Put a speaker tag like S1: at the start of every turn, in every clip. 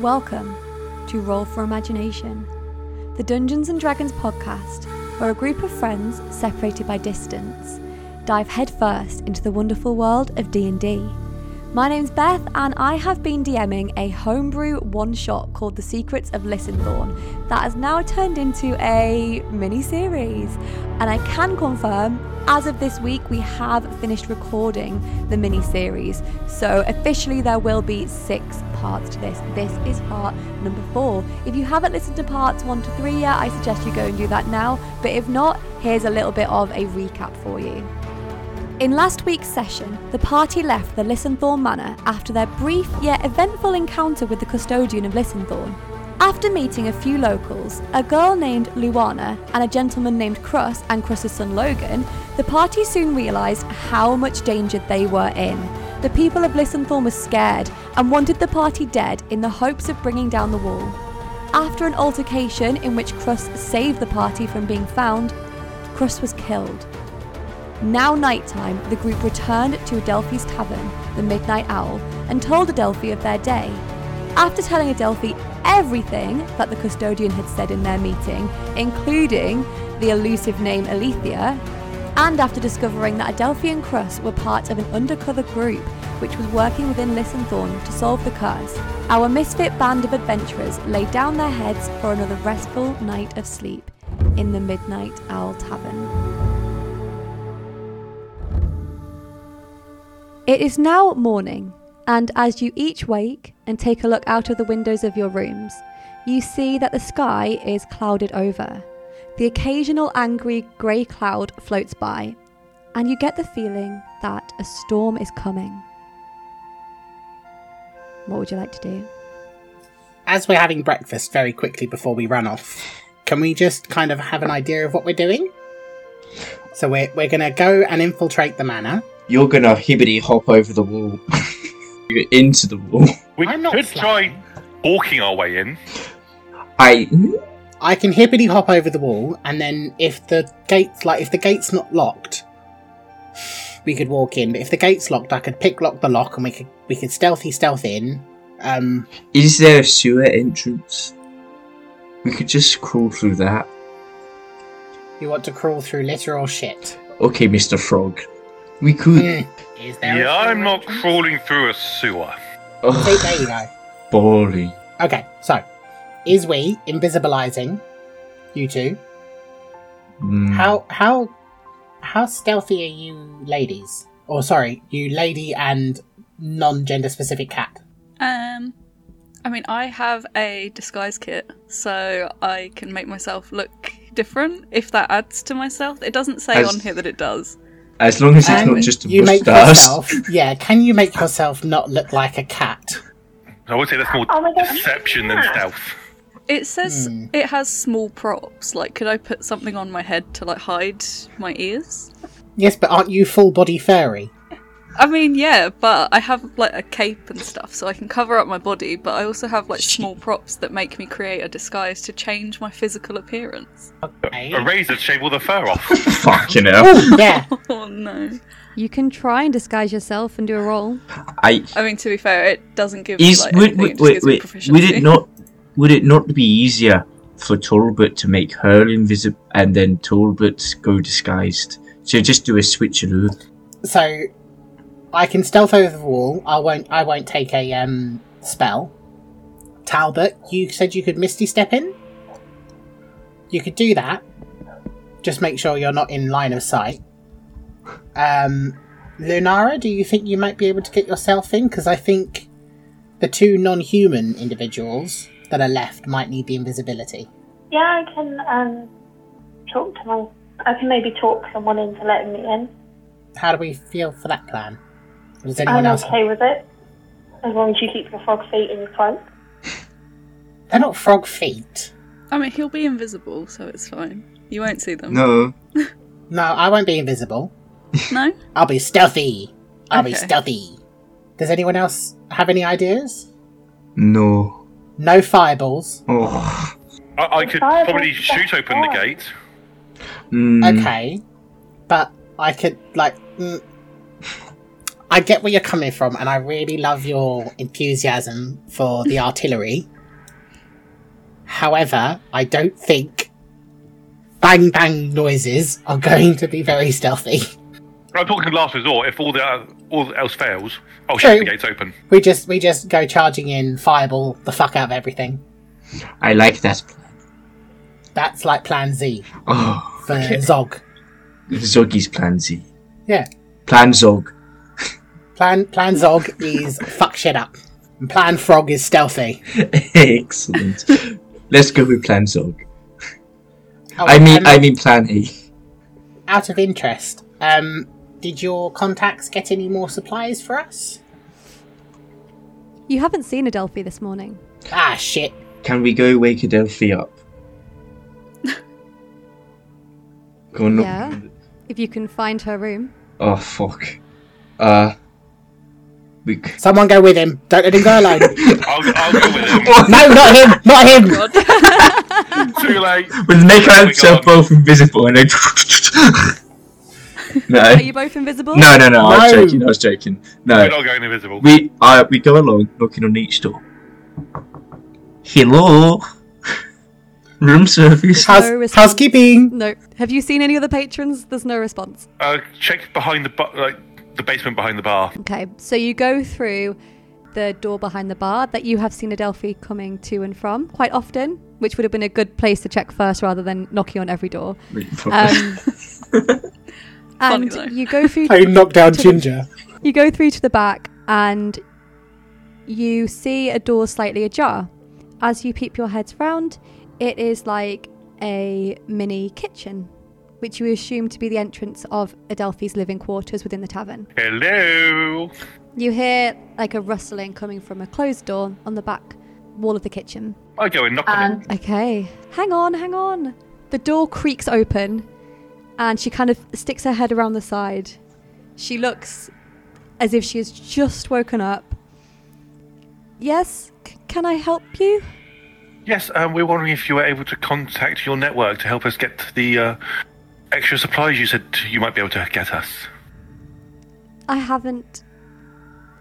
S1: Welcome to Roll for Imagination, the Dungeons and Dragons podcast where a group of friends separated by distance dive headfirst into the wonderful world of D&D. My name's Beth and I have been DMing a homebrew one-shot called The Secrets of Listenthorn that has now turned into a mini-series. And I can confirm as of this week we have finished recording the mini-series. So officially there will be 6 parts to this. This is part number four. If you haven't listened to parts one to three yet, I suggest you go and do that now. But if not, here's a little bit of a recap for you. In last week's session, the party left the Listenthorn Manor after their brief yet eventful encounter with the custodian of Listenthorn. After meeting a few locals, a girl named Luana and a gentleman named Crust and Crust's son Logan, the party soon realised how much danger they were in. The people of Listenthorn were scared and wanted the party dead in the hopes of bringing down the wall. After an altercation in which Crust saved the party from being found, Crust was killed. Now nighttime, the group returned to Adelphi's tavern, the Midnight Owl, and told Adelphi of their day. After telling Adelphi everything that the custodian had said in their meeting, including the elusive name Alethea, and after discovering that Adelphi and Crus were part of an undercover group which was working within Listenthorn to solve the curse, our misfit band of adventurers laid down their heads for another restful night of sleep in the Midnight Owl Tavern. It is now morning, and as you each wake and take a look out of the windows of your rooms, you see that the sky is clouded over. The occasional angry grey cloud floats by, and you get the feeling that a storm is coming. What would you like to do?
S2: as we're having breakfast very quickly before we run off, can we just kind of have an idea of what we're doing? So we're we're gonna go and infiltrate the manor.
S3: You're gonna hibbity hop over the wall. You're into the wall.
S4: We
S2: I'm not
S4: could
S2: slapping.
S4: try walking our way in.
S3: I.
S2: I can hippity hop over the wall, and then if the gate's like if the gate's not locked, we could walk in. But if the gate's locked, I could pick lock the lock, and we could we could stealthy stealth in. Um,
S3: Is there a sewer entrance? We could just crawl through that.
S2: you want to crawl through litter or shit?
S3: Okay, Mr. Frog. We could.
S2: Mm. Is there? a
S4: Yeah, I'm not
S2: entrance?
S4: crawling through a sewer.
S2: See,
S3: Oh,
S2: there you go.
S3: boring.
S2: Okay, so is we invisibilizing you two?
S3: Mm.
S2: How how how stealthy are you, ladies? Or sorry, you lady and non-gender specific cat.
S5: Um, I mean, I have a disguise kit, so I can make myself look different if that adds to my stealth. It doesn't say
S3: As-
S5: on here that it does.
S3: As long as it's
S2: Um,
S3: not just a
S2: you make
S3: mustache.
S2: yourself. Yeah, can you make yourself not look like a cat?
S4: I would say that's more
S6: Oh my God,
S4: deception than
S6: yeah.
S4: stealth.
S5: It says
S2: Hmm.
S5: it has small props. Like, could I put something on my head to like hide my ears?
S2: Yes, but aren't you full body furry?
S5: I mean, yeah, but I have like a cape and stuff, so I can cover up my body. But I also have like small props that make me create a disguise to change my physical appearance.
S2: Okay.
S4: A razor to shave all the fur off.
S3: Fucking hell.
S2: yeah.
S5: Oh no!
S1: You can try and disguise yourself and do a roll.
S3: I.
S5: I mean, to be fair, it doesn't give me
S3: Is
S5: like
S3: would,
S5: anything, it
S3: would,
S5: just
S3: would,
S5: gives me
S3: would, would
S5: proficiency.
S3: it not would it not be easier for Talbot to make her invisible and then Talbot go disguised? So just do a switcheroo.
S2: So I can stealth over the wall. I won't. I won't take a um spell. Talbot, you said you could misty step in. You could do that. Just make sure you're not in line of sight. Um, Lunara, do you think you might be able to get yourself in? Because I think the two non-human individuals that are left might need the invisibility.
S6: Yeah, I can um, talk to my. I can maybe talk someone into letting me in.
S2: How do we feel for that plan? Or Does anyone
S6: I'm
S2: else?
S6: okay with it, as long as you keep your frog feet in your cloak.
S2: They're not frog feet.
S5: I mean, he'll be invisible, so it's fine. You won't see them.
S3: No.
S2: No, I won't be invisible.
S5: No?
S2: I'll be stealthy. I'll be
S5: Okay.
S2: stealthy. Does anyone else have any ideas?
S3: No.
S2: No fireballs.
S3: Oh.
S4: I, I could
S6: Fire
S4: probably
S6: does
S4: shoot
S6: that
S4: open the
S6: fire.
S4: gate.
S3: Mm.
S2: Okay, but I could like. Mm, I I get where you're coming from, and I really love your enthusiasm for the artillery. However, I don't think bang bang noises are going to be very stealthy.
S4: I'm talking last resort. If all the uh, all else fails, oh
S2: True.
S4: shit, the gate's open.
S2: We just we just go charging in, fireball the fuck out of everything.
S3: I like that.
S2: That's like Plan Z
S3: Oh,
S2: for Zog.
S3: Zoggy's Plan Z.
S2: Yeah,
S3: Plan Zog.
S2: Plan Plan Zog is fuck shit up. And Plan Frog is stealthy.
S3: Excellent. Let's go with Plan Zog.
S2: Oh,
S3: I mean,
S2: um,
S3: I mean Plan E.
S2: out of interest, um, did your contacts get any more supplies for us?
S1: You haven't seen Adelphi this morning.
S2: Ah, shit.
S3: Can we go wake Adelphi up? go on.
S1: Yeah. If you can find her room.
S3: Oh fuck. Uh. We. c-
S2: Someone go with him. Don't let him go alone.
S4: I'll, I'll go with him.
S2: no, not him. Not him.
S5: God.
S4: Too late.
S3: We'll make
S4: Oh my
S3: ourselves
S4: God.
S3: both invisible and then. no.
S1: Are you both invisible?
S3: No, no, no. I was
S2: No.
S3: joking. I was joking. No.
S4: We're not going invisible.
S3: We uh, we go along, knocking on each door. Hello. Room service.
S2: House-
S1: No response.
S2: housekeeping.
S1: No. Have you seen any other patrons? There's no response.
S4: Uh, check behind the bu- like the basement behind the bar.
S1: Okay, so you go through the door behind the bar that you have seen Adelphi coming to and from quite often, which would have been a good place to check first rather than knocking on every door.
S3: Uh,
S1: Um,
S5: Funny
S1: and
S5: though.
S1: you go through
S2: I knocked down Ginger.
S1: you go through to the back and you see a door slightly ajar. As you peep your heads round, it is like a mini kitchen, which you assume to be the entrance of Adelphi's living quarters within the tavern.
S4: Hello.
S1: You hear like a rustling coming from a closed door on the back wall of the kitchen.
S4: I go and knock on it.
S6: And
S1: Okay. Hang on, hang on. The door creaks open and she kind of sticks her head around the side. She looks as if she has just woken up. Yes, c- can I help you?
S4: Yes, um, we're wondering if you were able to contact your network to help us get the uh, extra supplies you said you might be able to get us.
S1: I haven't.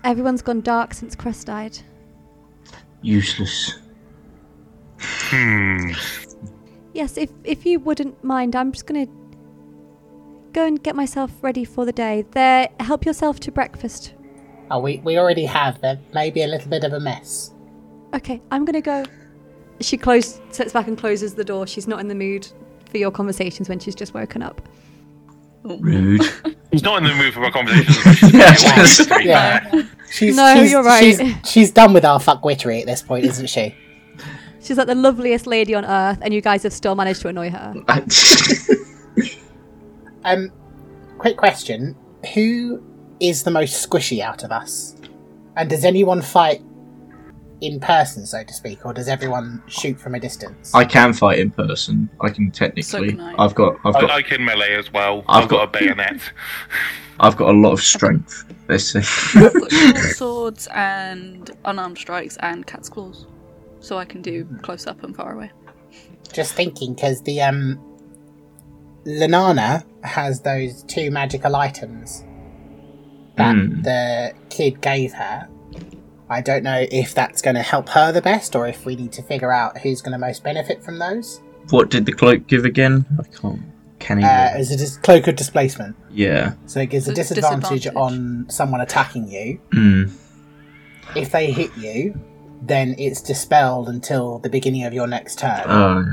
S1: Everyone's gone dark since Crest died.
S3: Useless.
S4: Hmm.
S1: Yes, if, if you wouldn't mind, I'm just going to go and get myself ready for the day. There, help yourself to breakfast.
S2: Oh, we, we already have. There may be a little bit of a mess.
S1: Okay, I'm gonna go. She close, sits back and closes the door. She's not in the mood for your conversations when she's just woken up.
S3: Rude.
S4: He's not in the mood for our conversation.
S2: Yeah. She's,
S1: No,
S2: she's,
S1: you're right.
S2: She's, she's done with our fuckwittery at this point, isn't she?
S1: She's like the loveliest lady on earth, and you guys have still managed to annoy her.
S2: Um, quick question. Who is the most squishy out of us? And does anyone fight in person, so to speak, or does everyone shoot from a distance?
S3: I can fight in person. I can technically.
S5: can I.
S3: have got. I've
S4: I,
S3: got.
S4: I can melee as well.
S3: I've
S4: I've, got,
S3: got-
S4: a bayonet.
S3: I've got a lot of strength. Let's say.
S5: I've got short swords and unarmed strikes and cat's claws, so I can do close up and far away.
S2: Just thinking, because the um, Lenana has those two magical items that
S3: Hmm.
S2: the kid gave her. I don't know if that's going to help her the best, or if we need to figure out who's going to most benefit from those.
S3: what did the cloak give again? I can't. Can he?
S2: Uh, is it a cloak of displacement?
S3: yeah.
S2: So it gives a
S5: A
S2: disadvantage,
S5: disadvantage.
S2: on someone attacking you.
S3: Mm.
S2: If they hit you, then it's dispelled until the beginning of your next turn.
S3: Oh,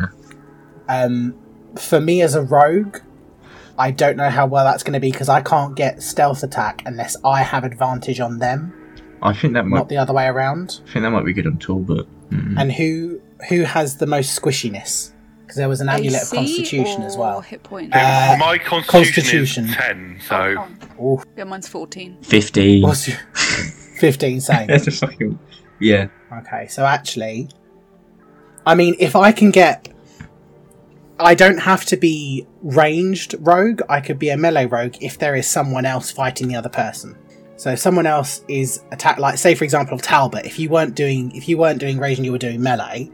S3: yeah.
S2: Um, for me as a rogue, I don't know how well that's going to be because I can't get stealth attack unless I have advantage on them,
S3: I think that might.
S2: not the other way around.
S3: I think that might be good on Talbot. Mm.
S2: And who who has the most squishiness? Because there was an amulet of
S5: AC
S2: constitution as
S5: or
S2: well.
S5: Hit point.
S2: Uh,
S4: My
S2: Constitution.
S4: constitution, is ten, so
S2: Oof.
S5: Yeah, mine's fourteen.
S3: Fifteen.
S2: What's your- Fifteen same.
S3: That's a fucking. Yeah.
S2: Okay, so actually, I mean, if I can get, I don't have to be ranged rogue. I could be a melee rogue if there is someone else fighting the other person. So if someone else is attack, like say for example Talbot, if you weren't doing if you weren't doing ranged and you were doing melee,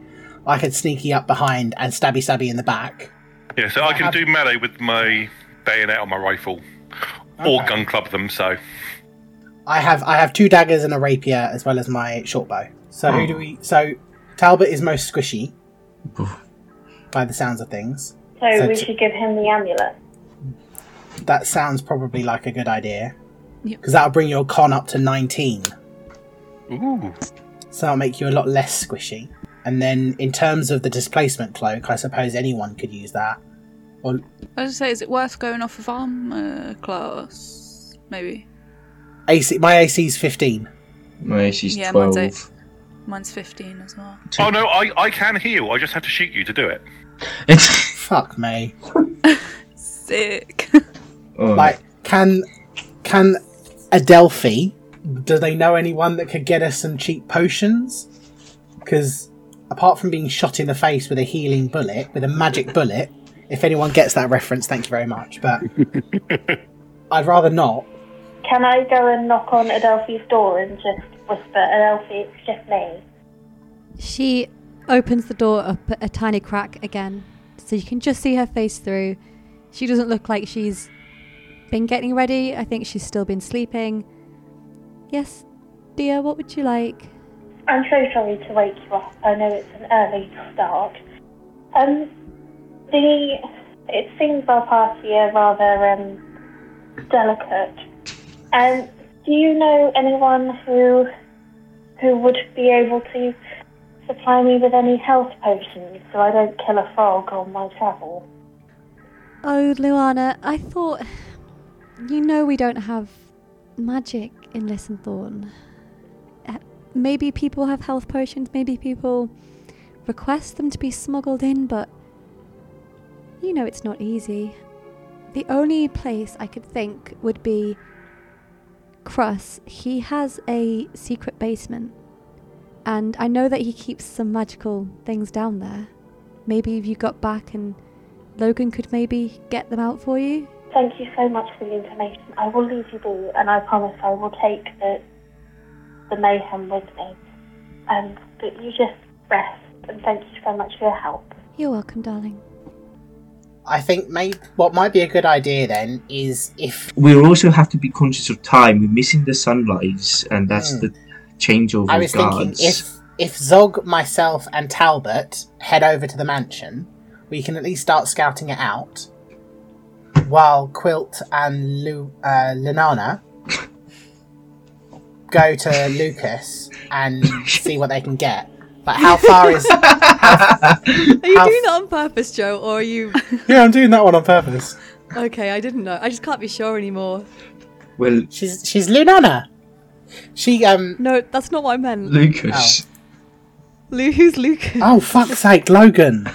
S2: I could sneaky up behind and stabby stabby in the back.
S4: yeah, so I can do melee with my bayonet or my rifle, or
S2: Okay.
S4: gun club them. So
S2: I have I have two daggers and a rapier as well as my short bow. So who do we? So Talbot is most squishy,
S3: Oof.
S2: by the sounds of things.
S6: So,
S2: So
S6: we
S2: t-
S6: should give him the amulet.
S2: That sounds probably like a good idea, because
S5: Yep.
S2: that'll bring your con up to nineteen.
S4: Ooh.
S2: So that'll make you a lot less squishy. And then in terms of the displacement cloak, I suppose anyone could use that.
S5: I was just say, is it worth going off of armor class? Maybe.
S2: AC, my AC is fifteen.
S3: My AC's
S5: Yeah, mine's
S3: 12.
S5: eight. Mine's 15 as well.
S4: Oh no, I, I can heal. I just have to shoot you to do it.
S2: Fuck me.
S5: Sick.
S3: oh,
S2: Like, can can Adelphi? Do they know anyone that could get us some cheap potions? Because apart from being shot in the face with a healing bullet, with a magic bullet, if anyone gets that reference, thank you very much. But I'd rather not.
S6: Can I go and knock on Adelphi's door and just whisper, Adelphi, it's just me?
S1: She opens the door up a tiny crack again, so you can just see her face through. She doesn't look like she's been getting ready. I think she's still been sleeping. Yes, dear, what would you like?
S6: I'm so sorry to wake you up. I know it's an early start. Um, the it seems our party are rather um delicate. Um, do you know anyone who who would be able to supply me with any health potions so I don't kill a frog on my travel?
S1: Oh, Luana, I thought. You know we don't have magic in Listenthorn. Uh, Maybe people have health potions, maybe people request them to be smuggled in, but. You know it's not easy. The only place I could think would be. Cruss. He has a secret basement. And I know that he keeps some magical things down there. Maybe if you got back and Logan could maybe get them out for you.
S6: Thank you so much for the information. I will leave you be, and I promise I will take the the mayhem with me. Um, but you just rest, and thank you so much for your help.
S1: You're welcome, darling.
S2: I think may what might be a good idea then is if
S3: We'll also have to be conscious of time. We're missing the sunrise, and that's
S2: Hmm.
S3: the changeover
S2: I
S3: of
S2: was thinking
S3: guards.
S2: if if Zog, myself, and Talbot head over to the mansion, we can at least start scouting it out. While Quilt and Lu- uh, Lenana go to Lucas and see what they can get. Like how far is?
S1: Are you
S2: Have-
S1: doing that on purpose, Joe, or are you?
S2: yeah, I'm doing that one on purpose.
S1: okay, I didn't know. I just can't be sure anymore.
S3: Well,
S2: She's she's Lunana. She um.
S1: No, that's not what I meant.
S3: Lucas.
S1: Lu- who's Lucas?
S2: Oh fuck's sake, Logan.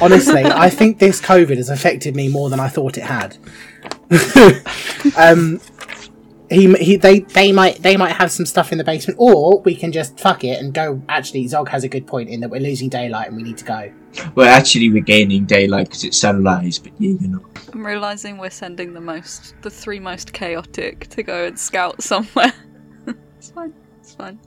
S2: Honestly, I think this COVID has affected me more than I thought it had. um, he, he, they, they might, they might have some stuff in the basement, or we can just fuck it and go. Actually, Zog has a good point in that we're losing daylight and we need to go.
S3: Well, actually, we're gaining daylight because it's sunrise, but yeah, you know.
S5: I'm realizing we're sending the most, the three most chaotic to go and scout somewhere. it's fine. It's fine.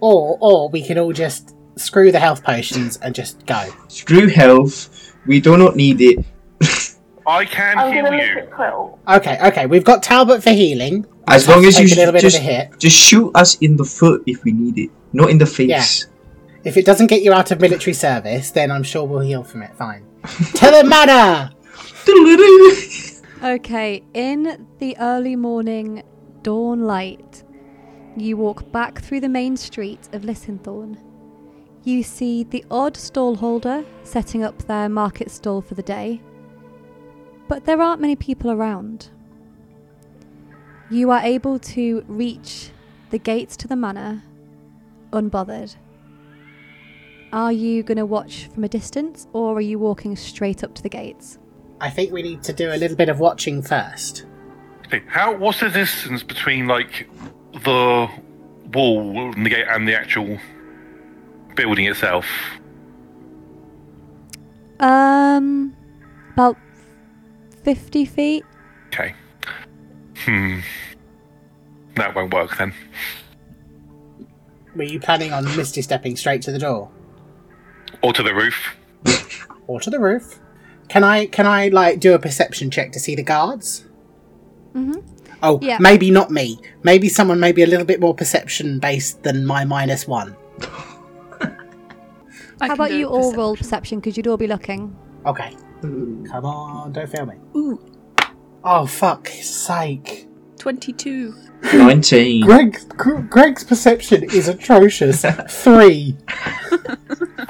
S2: Or, or we can all just screw the health potions and just go.
S3: Screw health. We do not need it.
S4: I can
S6: I'm
S4: heal
S6: going to look
S4: you.
S6: at Quill.
S2: Okay, okay, we've got Talbot for healing.
S3: As long as you
S2: Take a little bit
S3: just,
S2: of a hit.
S3: just shoot us in the foot if we need it, not in the face.
S2: If it doesn't get you out of military service, then I'm sure we'll heal from it. Fine. to the manor.
S1: Okay, in the early morning dawn light, you walk back through the main street of Lissenthorn. You see the odd stall holder setting up their market stall for the day, but there aren't many people around. You are able to reach the gates to the manor unbothered. Are you going to watch from a distance or are you walking straight up to the gates?
S2: I think we need to do a little bit of watching first.
S4: How? What's the distance between like the wall and the gate and the actual building itself?
S1: Um, about fifty feet.
S4: Okay. Hmm. That won't work then.
S2: Were you planning on misty stepping straight to the door
S4: Or to the roof.
S2: or to the roof? Can I can I like do a perception check to see the guards?
S1: Mhm.
S2: Oh,
S1: Yeah.
S2: maybe not me. Maybe someone maybe a little bit more perception based than my minus one.
S5: I
S1: How
S5: can
S1: about
S5: do
S1: you
S5: a
S1: all
S5: percep-
S1: roll perception because you'd all be looking.
S2: Okay. Come on, don't fail me.
S5: Ooh,
S2: Oh, fuck sake.
S5: 22.
S3: 19.
S2: Greg, Gr- Greg's perception is atrocious. Three.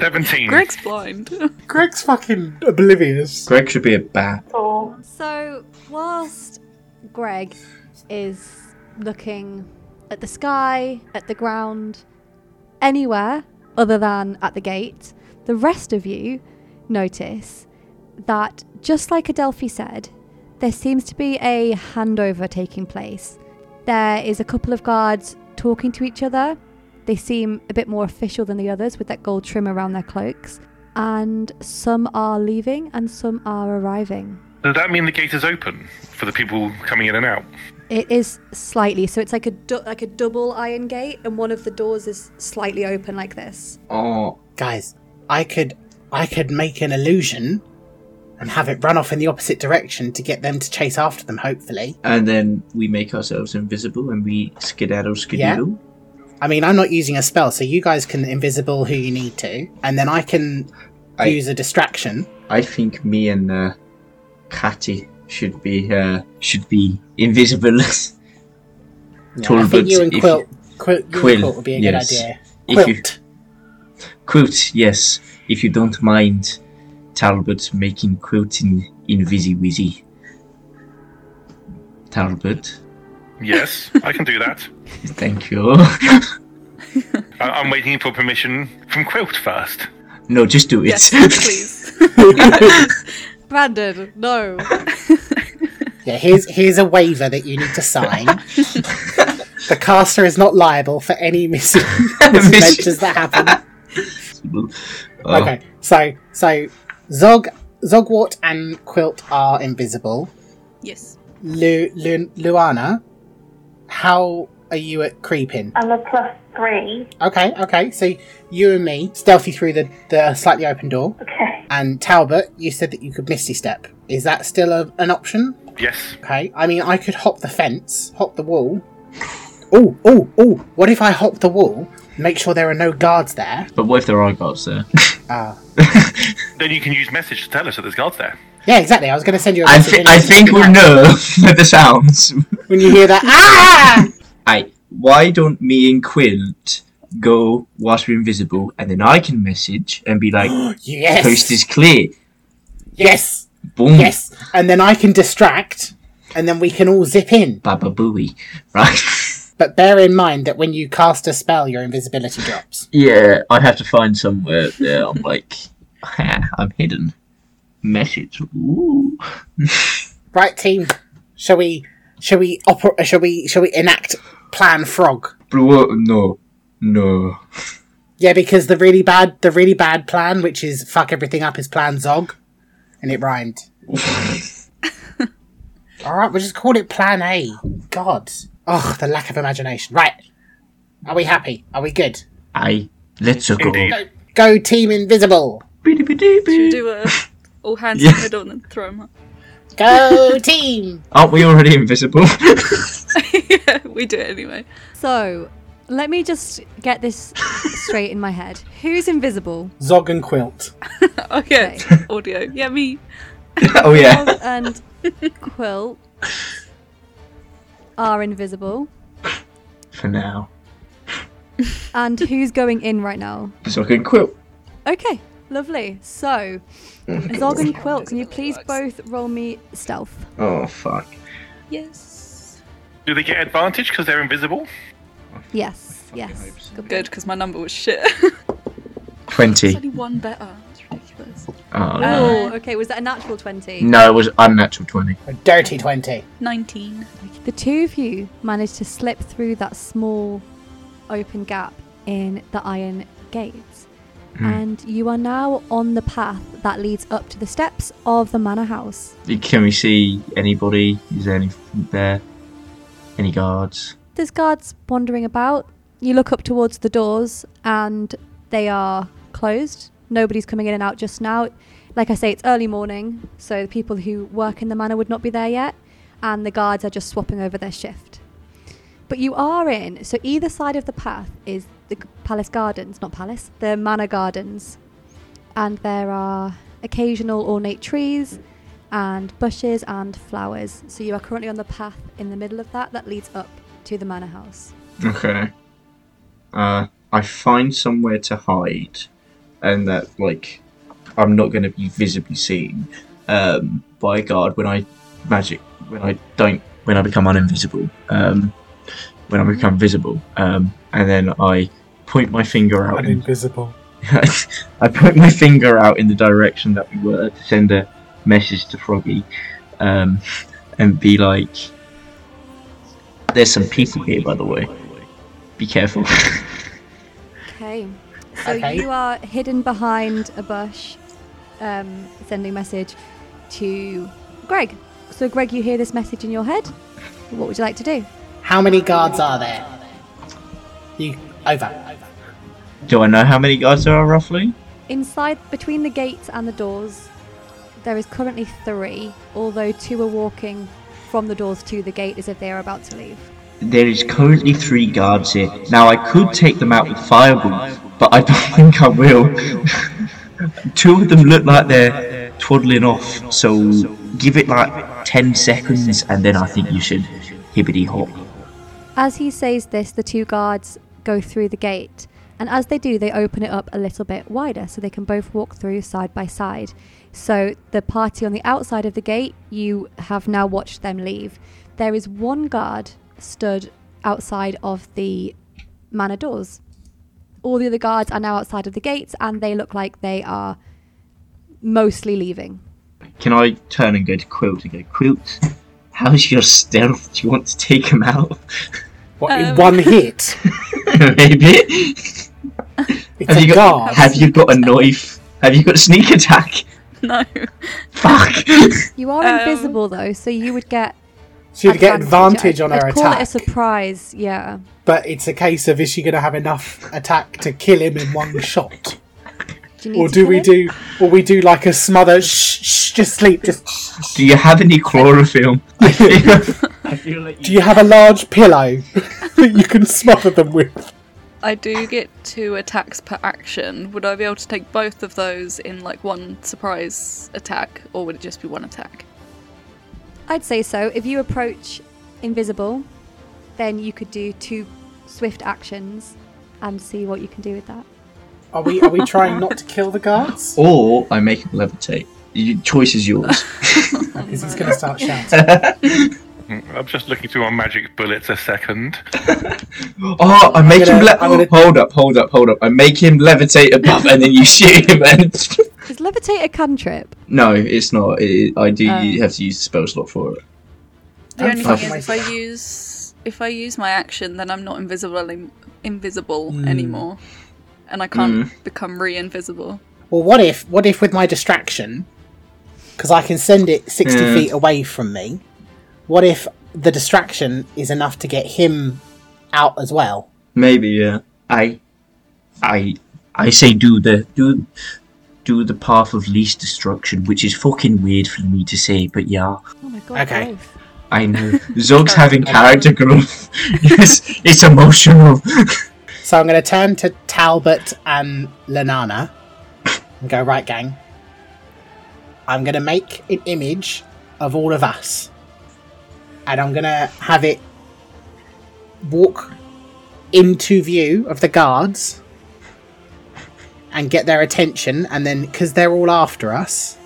S4: 17.
S5: Greg's blind.
S2: Greg's fucking oblivious.
S3: Greg should be a bat.
S6: Or
S1: So, whilst Greg is looking at the sky, at the ground, anywhere other than at the gate, the rest of you notice that, just like Adelphi said, there seems to be a handover taking place. There is a couple of guards talking to each other. They seem a bit more official than the others with that gold trim around their cloaks. And some are leaving and some are arriving.
S4: Does that mean the gate is open for the people coming in and out?
S1: It is slightly, so it's like a du- like a double iron gate, and one of the doors is slightly open like this.
S3: Oh,
S2: Guys, I could, I could make an illusion and have it run off in the opposite direction to get them to chase after them, hopefully.
S3: and then we make ourselves invisible and we skedaddle skedaddle.
S2: I mean, I'm not using a spell, so you guys can invisible who you need to, and then I can
S3: I-
S2: use a distraction.
S3: I think me and uh, Catty should be uh, should be invisible.
S2: I
S3: Talbot,
S2: think you and
S3: if-
S2: Quilt, Quilt, you
S3: Quill,
S2: and Quilt would be a
S3: yes.
S2: good idea.
S3: If you-
S2: Quilt.
S3: Quilt, yes. If you don't mind, Talbot making Quilt in invisi wizzy. Talbot,
S4: Yes, I can do that.
S3: thank you.
S4: I- I'm waiting for permission from Quilt first.
S3: no, just do it.
S5: yes, please.
S1: Brandon, no.
S2: Yeah, here's here's a waiver that you need to sign. the caster is not liable for any mis- misadventures that happen.
S3: Oh,
S2: Okay, so so Zog, Zogwart, and Quilt are invisible.
S5: yes.
S2: Lu, Lu, Luana, how are you at creeping?
S6: I'm a plus three.
S2: Okay, okay. So you and me stealthy through the, the slightly open door,
S6: Okay.
S2: and Talbot, you said that you could misty step. Is that still a, an option?
S4: Yes.
S2: Okay. I mean, I could hop the fence, hop the wall. Oh, oh, oh! What if I hop the wall? Make sure there are no guards there.
S3: But what if there are guards there?
S2: Ah,
S4: Then you can use message to tell us that there's guards there.
S2: yeah, exactly. I was going to send you. A
S3: I,
S2: message
S3: thi-
S2: anyway.
S3: I think we know the sounds.
S2: when you hear that, ah!
S3: I, why don't me and Quilt go whilst we're invisible and then I can message and be like,
S2: Yes.
S3: coast is clear.
S2: Yes.
S3: Boom.
S2: Yes. And then I can distract, and then we can all zip in.
S3: Baba booey. Right.
S2: But bear in mind that when you cast a spell, your invisibility drops.
S3: yeah, I'd have to find somewhere there. I'm like, ha, I'm hidden. Message. Ooh.
S2: Right, team. Shall we? Shall we? Oper- shall we? Shall we enact Plan Frog?
S3: Bro, no. No.
S2: Yeah, because the really bad, the really bad plan, which is fuck everything up, is Plan Zog, and it rhymed. All right, we'll just call it Plan A. God, oh, the lack of imagination. Right, are we happy? Are we good?
S3: I. Let's go.
S4: Indeed.
S2: Go, go team invisible.
S5: Should we do a all hands in
S3: Yeah.
S5: the middle and then throw them up?
S2: Go team.
S3: Aren't we already invisible?
S5: yeah, we do it anyway.
S1: So, let me just get this straight in my head. Who's invisible?
S2: Zog and Quilt.
S5: Okay, audio. Yeah, me.
S3: oh, yeah.
S1: Bob and Quill are invisible.
S3: For now.
S1: And who's going in right now?
S3: So I can quilt.
S1: Okay, lovely. So, Zog and Quill, can you please both roll me stealth?
S3: Oh, fuck.
S5: Yes.
S4: Do they get advantage because they're invisible?
S1: Yes, yes. Good
S5: Good, because my number was shit.
S3: 20.
S5: There's only one better. It's ridiculous.
S2: Uh,
S3: Oh, no.
S1: Oh, okay. Was that a natural 20?
S3: No, it was unnatural 20.
S2: A dirty twenty.
S5: 19.
S1: The two of you managed to slip through that small open gap in the iron gates. And you are now on the path that leads up to the steps of the manor house.
S3: Can we see anybody? Is there anything there? Any guards?
S1: There's guards wandering about. You look up towards the doors and they are closed. Nobody's coming in and out just now. Like I say, it's early morning, so the people who work in the manor would not be there yet. and the guards are just swapping over their shift. But you are in, so either side of the path is the g- palace gardens, not palace, the manor gardens. And there are occasional ornate trees and bushes and flowers. So you are currently on the path in the middle of that that leads up to the manor house.
S3: Okay. Uh, I find somewhere to hide, and that like I'm not going to be visibly seen um, by a guard when I magic when I don't when I become uninvisible um, when I become visible, um, and then I point my finger out. in-
S7: invisible.
S3: I point my finger out in the direction that we were to send a message to Froggy, um, and be like, "There's some people here, by the way. Be careful."
S1: Okay. So
S2: Okay.
S1: you are hidden behind a bush, um, sending message to Greg. So Greg, you hear this message in your head. What would you like to do?
S2: How many guards are there? You over.
S3: Do I know how many guys there are roughly?
S1: Inside, between the gates and the doors, there is currently three. Although two are walking from the doors to the gate as if they are about to leave.
S3: There is currently three guards here. Now I could take them out with fireballs, but I don't think I will. Two of them look like they're twaddling off, so give it like 10 seconds and then I think you should hibbity hop.
S1: As he says this, the two guards go through the gate, and as they do, they open it up a little bit wider so they can both walk through side by side. So, the party on the outside of the gate, you have now watched them leave. There is one guard stood outside of the manor doors. All the other guards are now outside of the gates, and they look like they are mostly leaving.
S3: Can I turn and go to Quilt and go, Quilt, how's your stealth? Do you want to take him out?
S2: What in
S5: Um.
S2: one hit?
S3: Maybe?
S2: It's
S3: Have
S2: a
S3: you, got,
S2: guard.
S3: have you got a knife? Have you got sneak attack?
S5: No.
S3: Fuck!
S1: You are
S5: Um.
S1: invisible, though, so you would get
S2: She'd get advantage
S1: I-
S2: on
S1: I'd
S2: her
S1: call it a
S2: attack,
S1: surprise, yeah.
S2: but it's a case of is she going to have enough attack to kill him in one shot,
S1: Do you need
S2: or
S1: to
S2: do
S1: kill
S2: we
S1: him?
S2: do, or we do like a smother? Shh, shh, just sleep. Just. shh.
S3: Do you have any chlorophyll? I feel, I feel like
S2: Do you have a large pillow that you can smother them with?
S5: I do get two attacks per action. Would I be able to take both of those in like one surprise attack, or would it just be one attack?
S1: I'd say so. If you approach invisible, then you could do two swift actions and see what you can do with that.
S2: Are we are we trying not to kill the guards?
S3: Or I make him levitate. Your choice is yours.
S2: Because he's going to start shouting.
S4: I'm just looking through my magic bullets a second.
S3: oh, I make him
S2: gonna-
S3: le- Oh,
S2: I'm gonna-
S3: Hold up, hold up, hold up. I make him levitate above and then you shoot him. And...
S1: Is levitate a cantrip?
S3: no, it's not. It, I do
S1: Oh.
S3: have to use the spell slot for it.
S5: The
S2: I'm
S5: only
S2: fucking
S5: thing is, if I
S2: myself.
S5: use if I use my action, then I'm not invisible any- invisible
S2: Hmm.
S5: anymore, and I can't become re-invisible.
S2: Well, what if what if with my distraction, because I can send it sixty
S3: Yeah.
S2: feet away from me. What if the distraction is enough to get him out as well?
S3: Maybe, yeah. I, I, I say do the do, do the path of least destruction, which is fucking weird for me to say, but yeah.
S1: Oh my god,
S2: Okay.
S1: growth.
S3: I know. Zog's having character growth. yes, it's emotional.
S2: So I'm going to turn to Talbot and Lenana and go, right, gang. I'm going to make an image of all of us. And I'm going to have it walk into view of the guards and get their attention. And then, because they're all after us.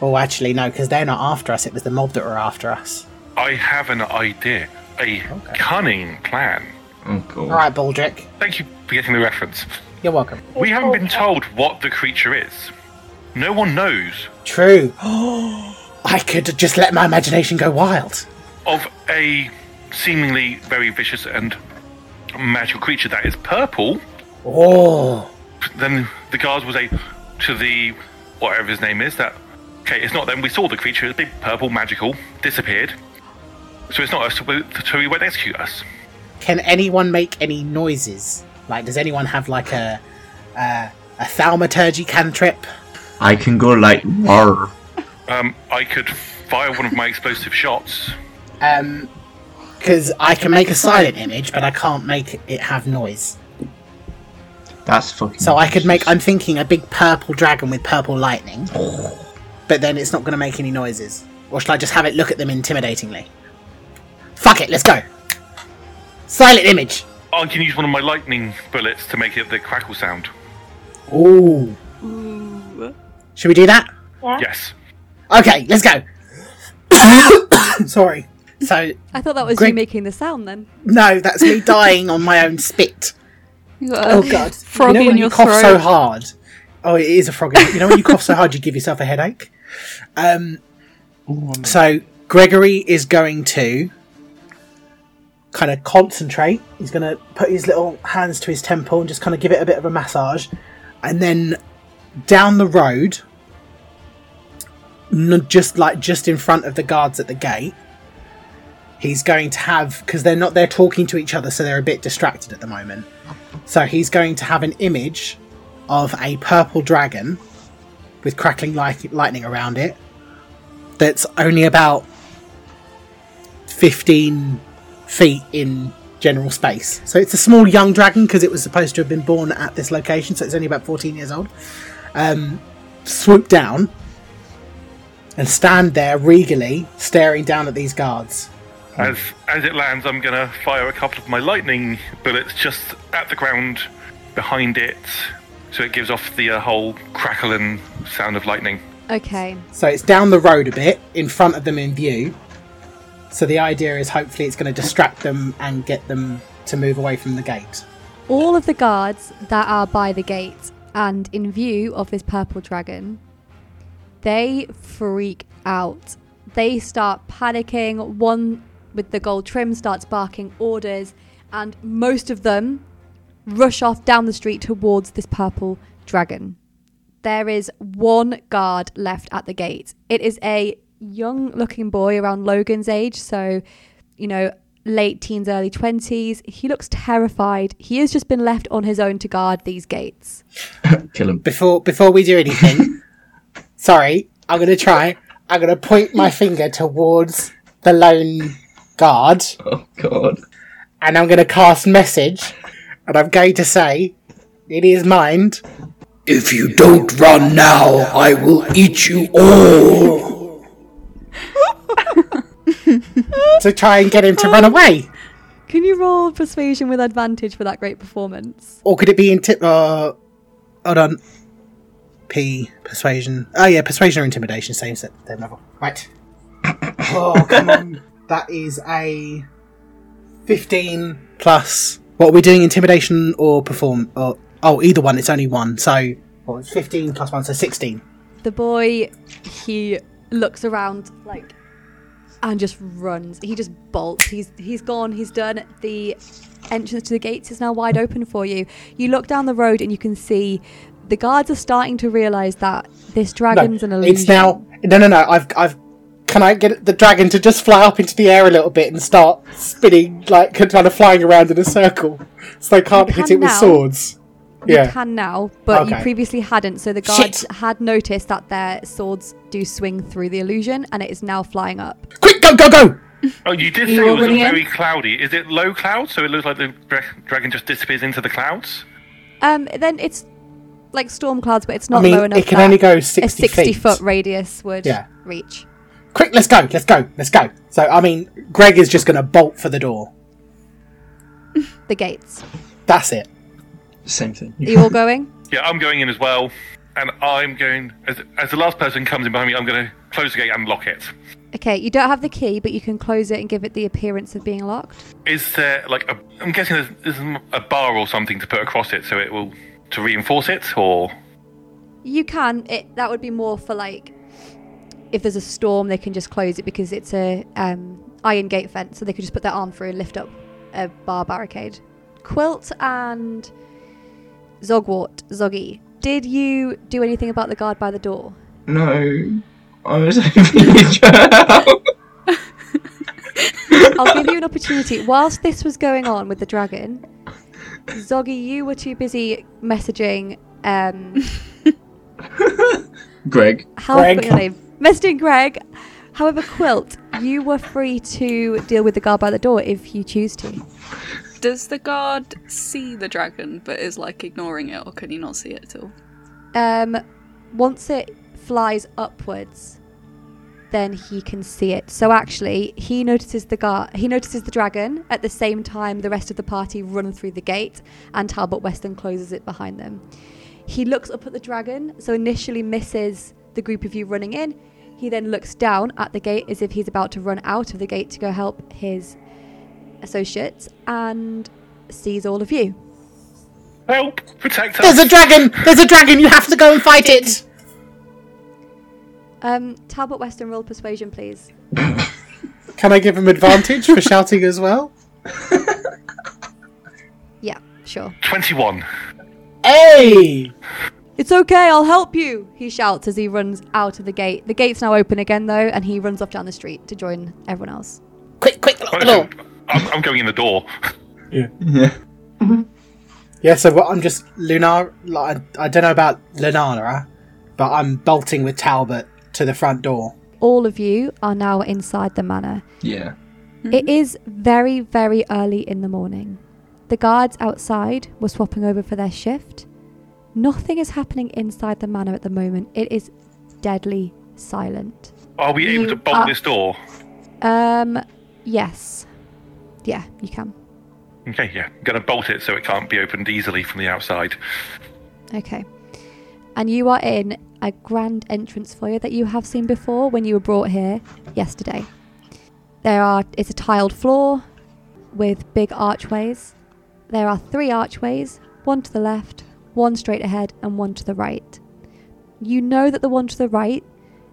S2: Oh, actually, no, because they're not after us. It was the mob that were after us.
S4: I have an idea, a cunning plan.
S3: Oh god.
S2: All right, Baldric.
S4: Thank you for getting the reference.
S2: You're welcome.
S4: We haven't been told what the creature is. No one knows
S2: True. I could just let my imagination go wild.
S4: of a seemingly very vicious and magical creature that is purple.
S2: Oh,
S4: Then the guards will say to the whatever his name is that okay, it's not them. We saw the creature, it's big purple, magical, disappeared. So it's not us. So we- so he won't execute us.
S2: can anyone make any noises? Like, does anyone have like a a, a thaumaturgy cantrip?
S3: I can go like war.
S4: Um, I could fire one of my explosive shots.
S2: Um, because I can make a silent image, but I can't make it have noise.
S3: That's fucking.
S2: So I could make.
S3: useless.
S2: I'm thinking a big purple dragon with purple lightning, but then it's not going to make any noises. Or shall I just have it look at them intimidatingly? Fuck it, let's go. Silent image.
S4: I can use one of my lightning bullets to make it the crackle sound.
S2: Ooh,
S5: Ooh.
S2: should we do that?
S6: Yeah?
S4: Yes.
S2: Okay, let's go. Sorry. So
S1: I thought that was
S2: Great.
S1: you making the sound then.
S2: no, that's me dying on my own spit.
S5: You got a
S2: Oh god!
S5: frog
S2: you know
S5: in
S2: when
S5: your
S2: you cough
S5: throat.
S2: so hard. Oh, it is a frog. in- You know when you cough so hard, you give yourself a headache. Um, so Gregory is going to kind of concentrate. He's going to put his little hands to his temple and just kind of give it a bit of a massage, and then down the road, n- just like just in front of the guards at the gate. He's going to have because they're not they're talking to each other, so they're a bit distracted at the moment. So he's going to have an image of a purple dragon with crackling light- lightning around it that's only about 15 feet in general space. So it's a small young dragon because it was supposed to have been born at this location, so it's only about 14 years old. Um, swoop down and stand there regally staring down at these guards.
S4: As as it lands, I'm gonna fire a couple of my lightning bullets just at the ground behind it, so it gives off the uh, whole crackle and sound of lightning.
S1: Okay.
S2: So it's down the road a bit, in front of them in view. So the idea is hopefully it's going to distract them and get them to move away from the gate.
S1: All of the guards that are by the gate and in view of this purple dragon, they freak out. They start panicking. One with the gold trim starts barking orders, and most of them rush off down the street towards this purple dragon. There is one guard left at the gate. It is a young looking boy around Logan's age, so, you know, late teens, early 20s. He looks terrified. He has just been left on his own to guard these gates.
S3: Kill him.
S2: Before before we do anything, sorry, I'm going to try. I'm going to point my finger towards the lone guard,
S3: Oh god.
S2: and I'm going to cast message, and I'm going to say, in his mind,
S7: If you don't run now, I will eat you all.
S2: to try and get him to run away.
S1: Can you roll persuasion with advantage for that great performance?
S2: Or could it be inti- uh, hold on. P persuasion. Oh yeah, persuasion or intimidation, same set same level. Right. Oh come on. That is a fifteen plus what are we doing, intimidation or perform or oh either one, it's only one, so well, it's fifteen plus one, so sixteen.
S1: The boy, he looks around like and just runs. He just bolts. He's he's gone. He's done. The entrance to the gates is now wide open for you. You look down the road and you can see the guards are starting to realize that this
S2: No,
S1: dragon's an illusion.
S2: it's now no no no, I've I've can I get the dragon to just fly up into the air a little bit and start spinning like kind of flying around in a circle so they can't
S1: You
S2: hit
S1: can
S2: it with
S1: now.
S2: swords.
S1: You
S2: Yeah.
S1: can now, but you
S2: Okay.
S1: previously hadn't. So the guards had noticed that their swords do swing through the illusion, and it is now flying up.
S2: Quick, go, go, go!
S4: Oh, you did
S8: You
S4: say
S8: all
S4: it was
S8: ready in?
S4: very cloudy. Is it low cloud, so it looks like the dra- dragon just disappears into the clouds?
S1: Um, then it's like storm clouds, but it's not
S2: I mean,
S1: low enough.
S2: it can
S1: that
S2: only go
S1: a
S2: 60
S1: sixty
S2: feet.
S1: foot radius would
S2: Yeah.
S1: reach.
S2: Quick, let's go, let's go, let's go. So, I mean, Greg is just going to bolt for the door.
S1: The gates.
S2: That's it.
S3: Same thing.
S1: Are you all going?
S4: Yeah, I'm going in as well, and I'm going as as the last person comes in behind me. I'm going to close the gate and lock it.
S1: Okay, you don't have the key, but you can close it and give it the appearance of being locked.
S4: Is there like a? I'm guessing there's, there's a bar or something to put across it, so it will to reinforce it, or
S1: You can. It that would be more for like if there's a storm, they can just close it because it's a um, iron gate fence, so they could just put their arm through and lift up a bar barricade. Quilt and Zogwart, Zoggy. Did you do anything about the guard by the door?
S3: No. I was hoping you'd help.
S1: I'll give you an opportunity. Whilst this was going on with the dragon, Zoggy, you were too busy messaging. Um,
S3: Greg.
S1: how have I forgotten
S2: Greg.
S1: your name? Mesty and Greg. However, Quilt, you were free to deal with the guard by the door if you choose to.
S5: Does the guard see the dragon but is like ignoring it, or can he not see it at all?
S1: Um, once it flies upwards, then he can see it. So actually, he notices the gar- he notices the dragon at the same time the rest of the party run through the gate, and Talbot Weston closes it behind them. He looks up at the dragon, so initially misses the group of you running in. He then looks down at the gate as if he's about to run out of the gate to go help his associates, and sees all of you.
S4: Help! Protect us!
S2: There's a dragon! There's a dragon! You have to go and fight it!
S1: Um, Talbot Weston, roll persuasion, please.
S2: Can I give him advantage for shouting as well?
S1: Yeah, sure.
S4: 21.
S2: Hey!
S1: It's okay, I'll help you, he shouts as he runs out of the gate. The gate's now open again, though, and he runs off down the street to join everyone else.
S2: Quick, quick, lock the door.
S4: I'm, I'm going in the door.
S3: Yeah.
S2: Yeah, so what, I'm just Lunar. Like, I don't know about Lunara, but I'm bolting with Talbot to the front door.
S1: All of you are now inside the manor.
S3: Yeah.
S1: It is very, very early in the morning. The guards outside were swapping over for their shift. Nothing is happening inside the manor at the moment. It is deadly silent.
S4: Are we able
S1: You
S4: to bolt
S1: are-
S4: this door?
S1: Um, yes. Yeah, you can.
S4: Okay, yeah. I'm going to bolt it so it can't be opened easily from the outside.
S1: Okay. And you are in a grand entrance foyer that you have seen before when you were brought here yesterday. There are it's a tiled floor with big archways. There are three archways, one to the left, one straight ahead, and one to the right. You know that the one to the right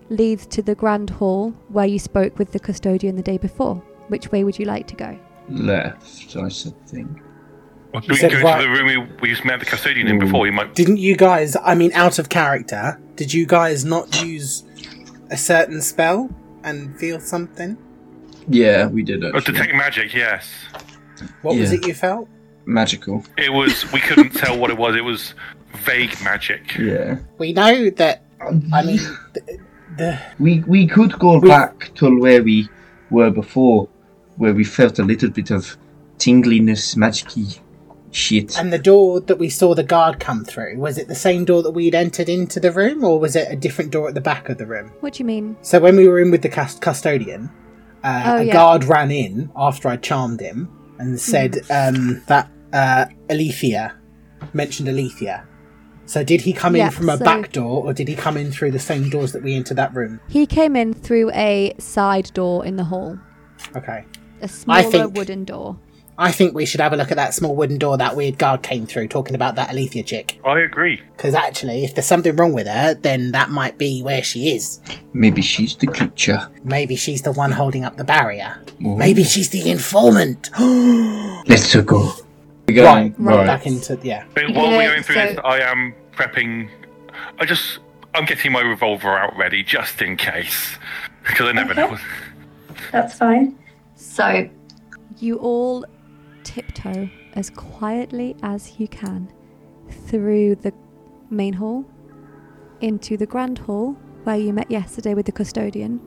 S1: leads to the grand hall where you spoke with the custodian the day before. Which way would you like to go?
S3: Left, I said thing.
S4: Do we
S2: said
S4: go
S2: right-
S4: into the room we, we used to met the custodian in before? You might. oh,
S2: Didn't you guys? I mean, out of character. Did you guys not use a certain spell and feel something?
S3: Yeah, we did it.
S4: Oh, detect magic, yes.
S2: What was
S3: Yeah.
S2: it you felt?
S3: Magical.
S4: It was. We couldn't tell what it was. It was vague magic.
S3: Yeah.
S2: We know that. I mean, the, the
S3: We we could go
S2: We-
S3: back to where we were before, where we felt a little bit of tingliness, magicy shit.
S2: and the door that we saw the guard come through was it the same door that we'd entered into the room, or was it a different door at the back of the room?
S1: What do you mean?
S2: So when we were in with the cust- custodian, uh,
S1: Oh,
S2: a
S1: yeah. Hmm.
S2: guard ran in after I charmed him and said um, that uh, Alethea mentioned Alethea. So did he come
S1: Yeah,
S2: in from a
S1: so-
S2: back door, or did he come in through the same doors that we entered that room?
S1: He came in through a side door in the hall.
S2: Okay.
S1: a smaller
S2: think-
S1: wooden door.
S2: I think we should have a look at that small wooden door that weird guard came through, talking about that Alethea chick.
S4: I agree.
S2: Because actually, if there's something wrong with her, then that might be where she is.
S3: Maybe she's the creature.
S2: Maybe she's the one holding up the barrier.
S3: Ooh.
S2: Maybe she's the informant.
S3: Let's go. We're
S2: right,
S3: going
S2: right back into yeah.
S4: But while
S1: Yeah,
S4: we're going through
S1: so-
S4: this, I am prepping. I just. I'm getting my revolver out ready just in case. Because I never
S8: Okay.
S4: know.
S8: That's fine. So,
S1: You all tiptoe as quietly as you can through the main hall into the grand hall where you met yesterday with the custodian.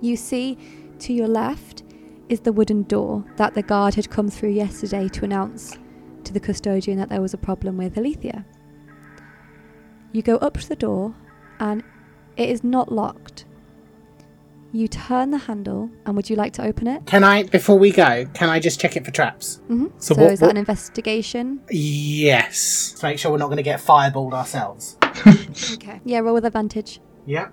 S1: You see to your left is the wooden door that the guard had come through yesterday to announce to the custodian that there was a problem with Alethea. You go up to the door and it is not locked. You turn the handle and would you like to open it?
S2: Can I, before we go, can I just check it for traps?
S1: hmm
S2: So
S1: So,
S2: what-
S1: is that
S2: what-
S1: an investigation?
S2: Yes. To make sure we're not going to get fireballed ourselves.
S1: Okay. Yeah, roll with advantage.
S2: Yeah.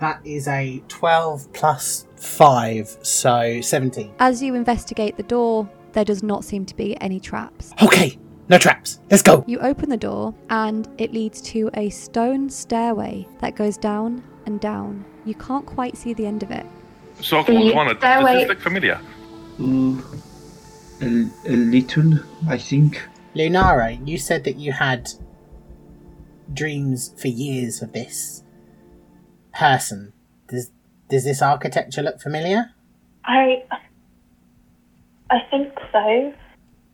S2: That is a 12 plus 5, so 17.
S1: As you investigate the door, there does not seem to be any traps.
S2: Okay, no traps. Let's go.
S1: You open the door, and it leads to a stone stairway that goes down and down. You can't quite see the end of it.
S4: So I'll go on
S8: The
S4: to one. Does
S8: stairway-
S4: this look familiar?
S3: Mm, a, a little, I think.
S2: Lunara, you said that you had dreams for years of this person. Does, does this architecture look familiar?
S6: I I think so.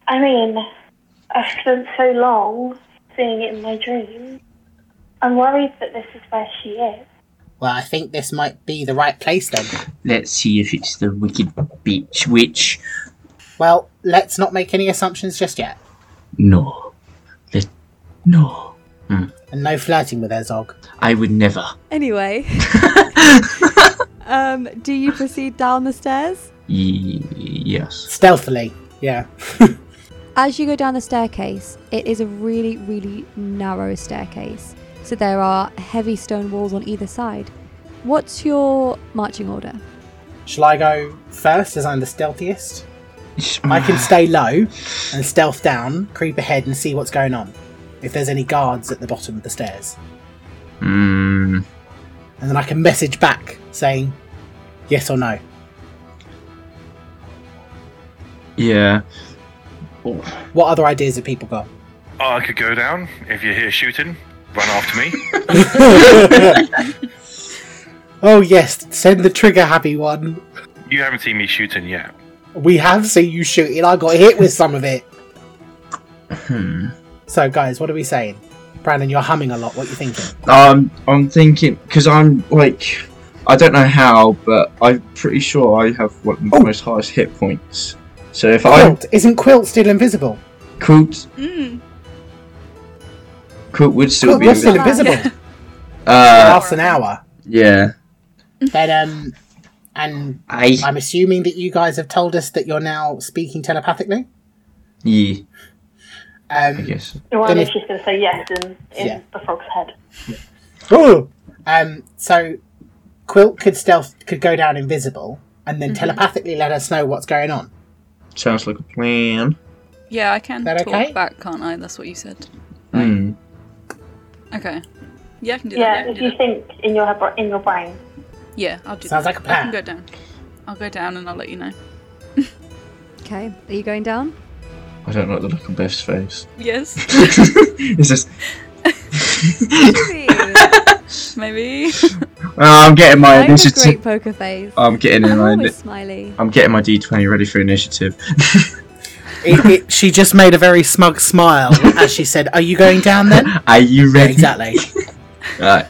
S6: I mean, I've spent so long seeing it in my dreams I'm worried that this is where she is.
S2: Well, I think this might be the right place then.
S3: Let's see if it's the wicked bitch witch.
S2: Well, let's not make any assumptions just yet.
S3: No. Let no.
S2: And no flirting with her, Zog.
S3: I would never.
S1: Anyway, um, do you proceed down the stairs?
S3: Y- yes.
S2: Stealthily, yeah.
S1: As you go down the staircase, it is a really, really narrow staircase. So there are heavy stone walls on either side. What's your marching order?
S2: Shall I go first as I'm the stealthiest? I can stay low and stealth down, creep ahead and see what's going on. If there's any guards at the bottom of the stairs.
S3: Mm,
S2: And then I can message back saying yes or no.
S3: yeah.
S2: What other ideas have people got?
S4: Oh, I could go down. If you hear shooting, run after me.
S2: Oh, yes, send the trigger happy one.
S4: you haven't seen me shooting yet.
S2: We have seen you shooting. I got hit with some of it. So, guys, what are we saying? Brandon, you're humming a lot. What are you thinking?
S3: Um, I'm thinking because I'm like, I don't know how, but I'm pretty sure I have what the
S2: Oh.
S3: most highest hit points. So if I
S2: Quilt, isn't Quilt still invisible?
S3: Quilt,
S5: Mm.
S3: Quilt would still
S2: Quilt,
S3: be
S2: you're still
S3: invisible.
S2: invisible.
S5: Yeah.
S3: Uh,
S2: Half an hour.
S3: yeah.
S2: Then, um, and
S3: I
S2: I'm assuming that you guys have told us that you're now speaking telepathically.
S3: yeah. I
S2: Um,
S3: guess.
S6: Well, I
S2: Then
S6: know
S2: if-
S6: she's going to say yes in, in
S2: Yeah.
S6: the frog's head.
S2: um, so Quilt could stealth could go down invisible and
S1: Mm-hmm.
S2: then telepathically let us know what's going on.
S3: Sounds like a plan.
S5: Yeah, I can
S2: That
S5: talk
S2: okay?
S5: back, can't I? That's what you said.
S3: Mm.
S5: Okay. Yeah, I can do that.
S6: Yeah,
S5: I can
S6: if
S5: do
S6: you
S5: that.
S6: think in your br- in your brain.
S5: Yeah, I'll do
S2: Sounds
S5: that.
S2: like a
S5: I can
S2: plan.
S5: go down. I'll go down and I'll let you know.
S1: Okay, are you going down?
S3: I don't like the look on Beth's face.
S5: Yes,
S3: it's just.
S5: maybe.
S3: I'm getting my
S1: I have a
S3: initiative.
S1: great poker face.
S3: I'm getting in.
S1: I'm
S3: my
S1: always smiley.
S3: I'm getting my D20 ready for initiative.
S2: It, it, she just made a very smug smile as she said, "Are you going down then?"
S3: Are you ready?
S2: exactly.
S3: Right.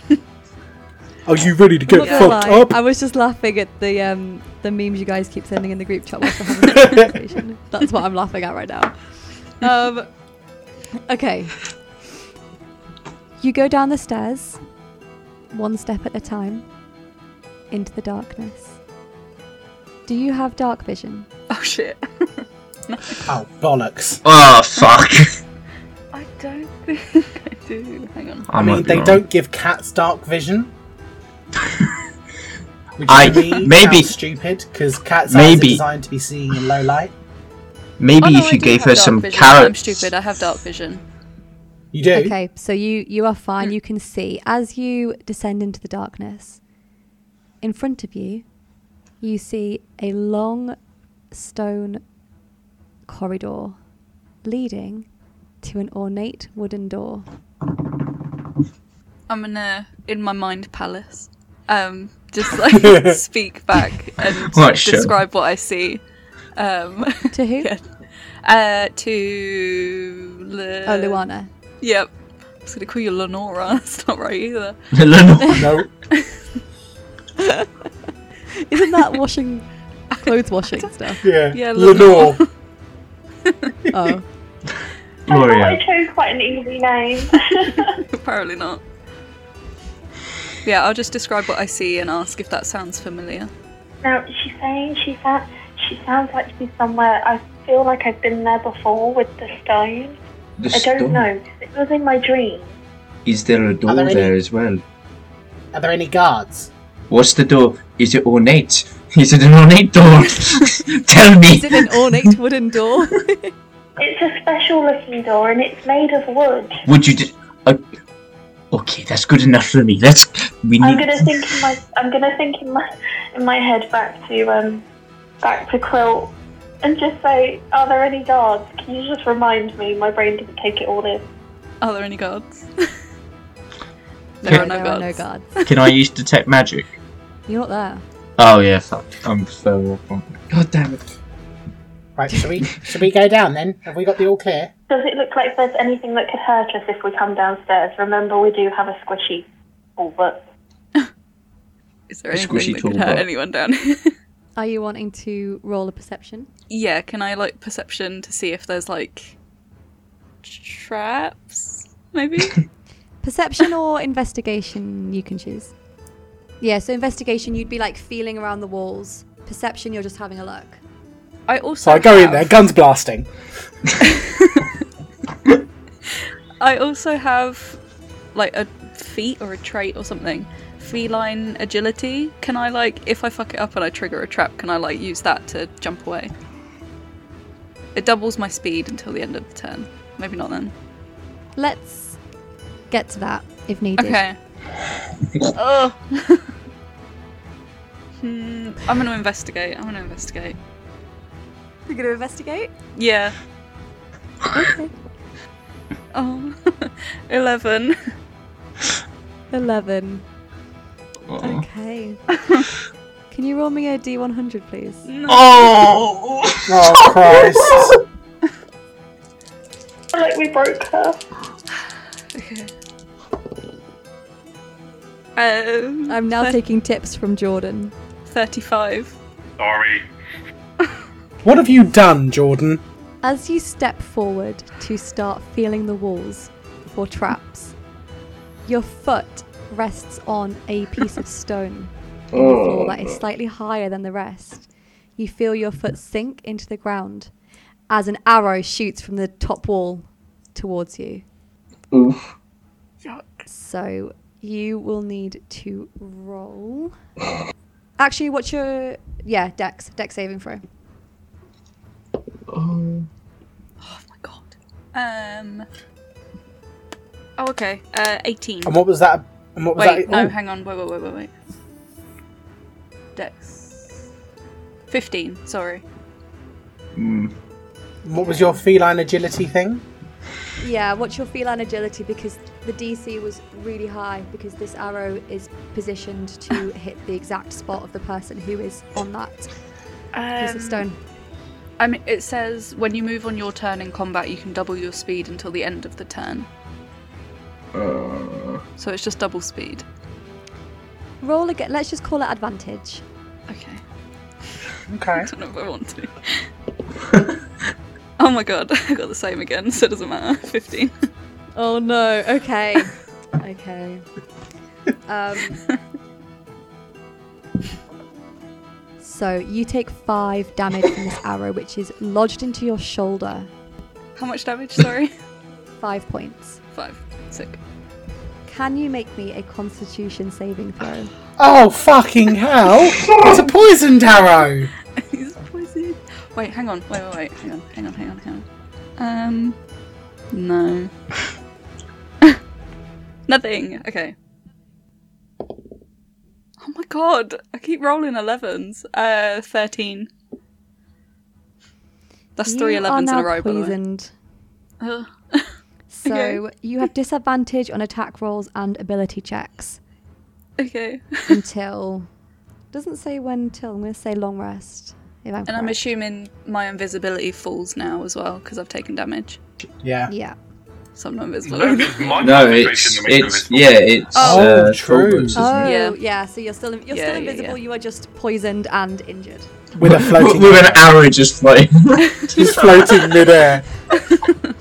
S2: Are you ready to
S1: Not gonna lie, I was just laughing at the um, the memes you guys keep sending in the group chat whilst we're having this conversation. That's what I'm laughing at right now. Um, okay. You go down the stairs, one step at a time, into the darkness. Do you have dark vision?
S5: Oh shit.
S2: Oh bollocks!
S3: Oh fuck.
S5: I don't think I do. Hang on.
S2: I mean,
S3: might be
S2: they
S3: wrong.
S2: don't give cats dark vision. Which
S3: I-
S2: to me
S3: maybe-
S2: sounds stupid because cats
S3: Maybe.
S2: eyes are designed to be seen in low light.
S3: Maybe
S5: Oh, no,
S3: if
S5: I
S3: you
S5: do
S3: gave
S5: have
S3: her
S5: dark
S3: some
S5: vision.
S3: carrots.
S5: I'm stupid. I have dark vision.
S2: You do.
S1: Okay, so you you are fine. You can see as you descend into the darkness. In front of you, you see a long stone corridor leading to an ornate wooden door.
S5: I'm in a in my mind palace. Um, just like speak back and
S3: Right, sure.
S5: describe what I see. Um,
S1: To who?
S5: Yeah. uh, to Lu-
S1: Oh, Luana.
S5: Yep. I was gonna call you Lenora. That's not right either.
S3: Lenore.
S2: No,
S1: Isn't that washing clothes washing stuff?
S2: yeah,
S5: Yeah,
S2: Lenore.
S1: Oh.
S3: Oh,
S6: I
S3: Gloria.
S6: chose quite an easy name.
S5: Apparently not. Yeah, I'll just describe what I see and ask if that sounds familiar.
S6: now she's saying she's at, she sounds like she's somewhere. I feel like I've been there before with the stone.
S3: The
S6: I don't
S3: stone.
S6: know. 'cause It was in my dream.
S3: Is there a door
S2: there any-
S3: there as well?
S2: Are there any guards?
S3: What's the door? Is it ornate? Is it an ornate door? Tell me.
S1: Is it an ornate wooden door?
S6: It's a special looking door and it's made of wood.
S3: Would you? d uh, okay, that's good enough for me. Let's. We
S6: I'm
S3: need.
S6: gonna think in my I'm gonna think in my in my head back to um back to Quilt and just say, Are there any guards? Can you just remind me? My brain didn't take it all in.
S5: Are there any guards? there are no
S1: there
S5: guards.
S1: are Oh, no guards.
S3: Can I use detect magic?
S1: You're not there.
S3: Oh yeah, fuck. I'm so awful. God damn it.
S2: Right, should we should we go down then? Have we got the all clear?
S6: Does it look like there's anything that could hurt us if we come downstairs? Remember, we do have a squishy ball, but
S5: Is there
S3: A
S5: anything
S3: squishy
S5: that could
S3: tool
S5: hurt
S3: bar.
S5: anyone down here?
S8: Are you wanting to roll a perception?
S5: yeah, can I like perception to see if there's like traps? Maybe.
S8: Perception or investigation, you can choose. Yeah, so investigation, you'd be like feeling around the walls. Perception, you're just having a look.
S5: I also
S2: So I go in
S5: have-
S2: there, guns blasting.
S5: I also have like a feat or a trait or something. Feline agility. Can I like if I fuck it up and I trigger a trap, can I like use that to jump away? It doubles my speed until the end of the turn. Maybe not then.
S8: Let's get to that if needed.
S5: Okay. Ugh. hmm, I'm gonna investigate. I'm gonna investigate.
S8: You're going to investigate?
S5: Yeah.
S8: Okay.
S5: Oh. 11.
S8: 11.
S3: Oh.
S8: Okay. can you roll me a D100, please?
S3: Oh!
S2: Oh Christ!
S6: I feel like we broke her.
S5: Um,
S8: I'm now
S5: thir-
S8: taking tips from Jordan.
S5: 35.
S4: Sorry.
S2: what have you done, Jordan?
S8: As you step forward to start feeling the walls for traps, your foot rests on a piece of stone in the floor that is slightly higher than the rest. You feel your foot sink into the ground as an arrow shoots from the top wall towards you.
S3: Oof.
S8: So you will need to roll. Actually, what's your yeah dex dex saving throw?
S3: Oh.
S5: Oh my god. Um. Oh, okay. Uh, 18.
S2: And what was that? And what Um, was
S5: Wait,
S2: that?
S5: no,
S2: oh,
S5: hang on. Wait, wait, wait, wait, wait. Dex. 15, sorry.
S3: Mm.
S2: what was your feline agility thing?
S8: Yeah, what's your feline agility? Because the DC was really high because this arrow is positioned to hit the exact spot of the person who is on that piece of stone.
S5: I mean, it says when you move on your turn in combat, you can double your speed until the end of the turn.
S3: Uh,
S5: So it's just double speed.
S8: Roll again. Let's just call it advantage.
S5: Okay.
S2: Okay.
S5: I don't know if I want to. oh my god, I got the same again, so it doesn't matter. 15.
S8: Oh no. Okay. okay. Um, so you take five damage from this arrow, which is lodged into your shoulder.
S5: How much damage? Sorry.
S8: Five points.
S5: Five. Sick.
S8: Can you make me a Constitution saving throw?
S2: Oh fucking hell! it's a poisoned arrow.
S5: He's poisoned. Wait, hang on. Wait, wait, wait. Hang on. Hang on. Hang on. Hang on. Um, no. Nothing. Okay. Oh my god! I keep rolling elevens. Uh, thirteen. That's three
S8: You are
S5: 11s in
S8: now
S5: a row,
S8: Poisoned.
S5: by the way. Ugh.
S8: So you have disadvantage on attack rolls and ability checks
S5: Okay.
S8: until doesn't say when till. I'm going to say long rest. If I'm
S5: And I'm
S8: correct.
S5: assuming my invisibility falls now as well because I've taken damage,
S2: Yeah.
S8: yeah.
S5: so I'm not invisible.
S4: No, this is my
S3: no,
S4: concentration
S3: it's
S4: that makes me
S3: it's
S4: invisible.
S3: yeah, it's
S2: Oh,
S3: uh,
S2: true.
S3: Thorbert's, isn't
S8: Oh
S3: it?
S8: yeah.
S5: Yeah.
S8: So you're still you're
S5: Yeah,
S8: still
S5: yeah, yeah.
S8: invisible. You are just poisoned and injured.
S2: With a floating,
S3: With an arrow just like
S2: just floating midair.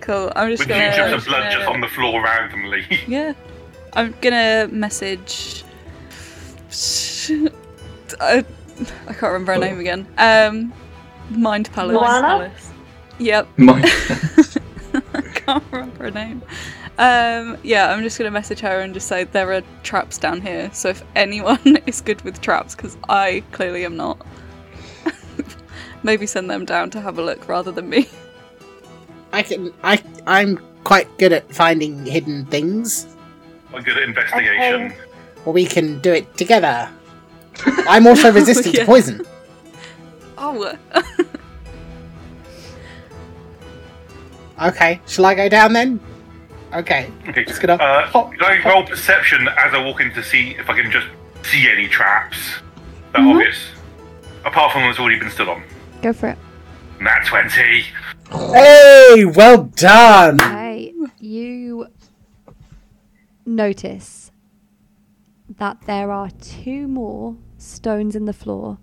S5: Cool. I'm just
S4: With
S5: gonna.
S4: pictures of blood just
S5: Yeah.
S4: on the floor randomly.
S5: Yeah. I'm gonna message. I, I can't remember her name again. Um, Mind Palace.
S6: Moana?
S5: Yep.
S3: my
S5: I can't remember her name. Um, yeah, I'm just gonna message her and just say there are traps down here. So if anyone is good with traps, because I clearly am not, maybe send them down to have a look rather than me.
S2: I can. I. I'm quite good at finding hidden things.
S4: I'm good at investigation.
S2: Well, we can do it together. I'm also resistant
S5: Yeah.
S2: to poison.
S5: Oh,
S2: Okay, shall I go down then? Okay.
S4: Okay.
S2: Just gonna
S4: uh,
S2: hop-
S4: can I roll perception as I walk in to see if I Mm-hmm. can just see any traps that obvious? Apart from one's already been stood on.
S1: Go for it.
S4: Nat 20.
S2: Hey, well done.
S1: Okay, you notice that there are two more stones in the floor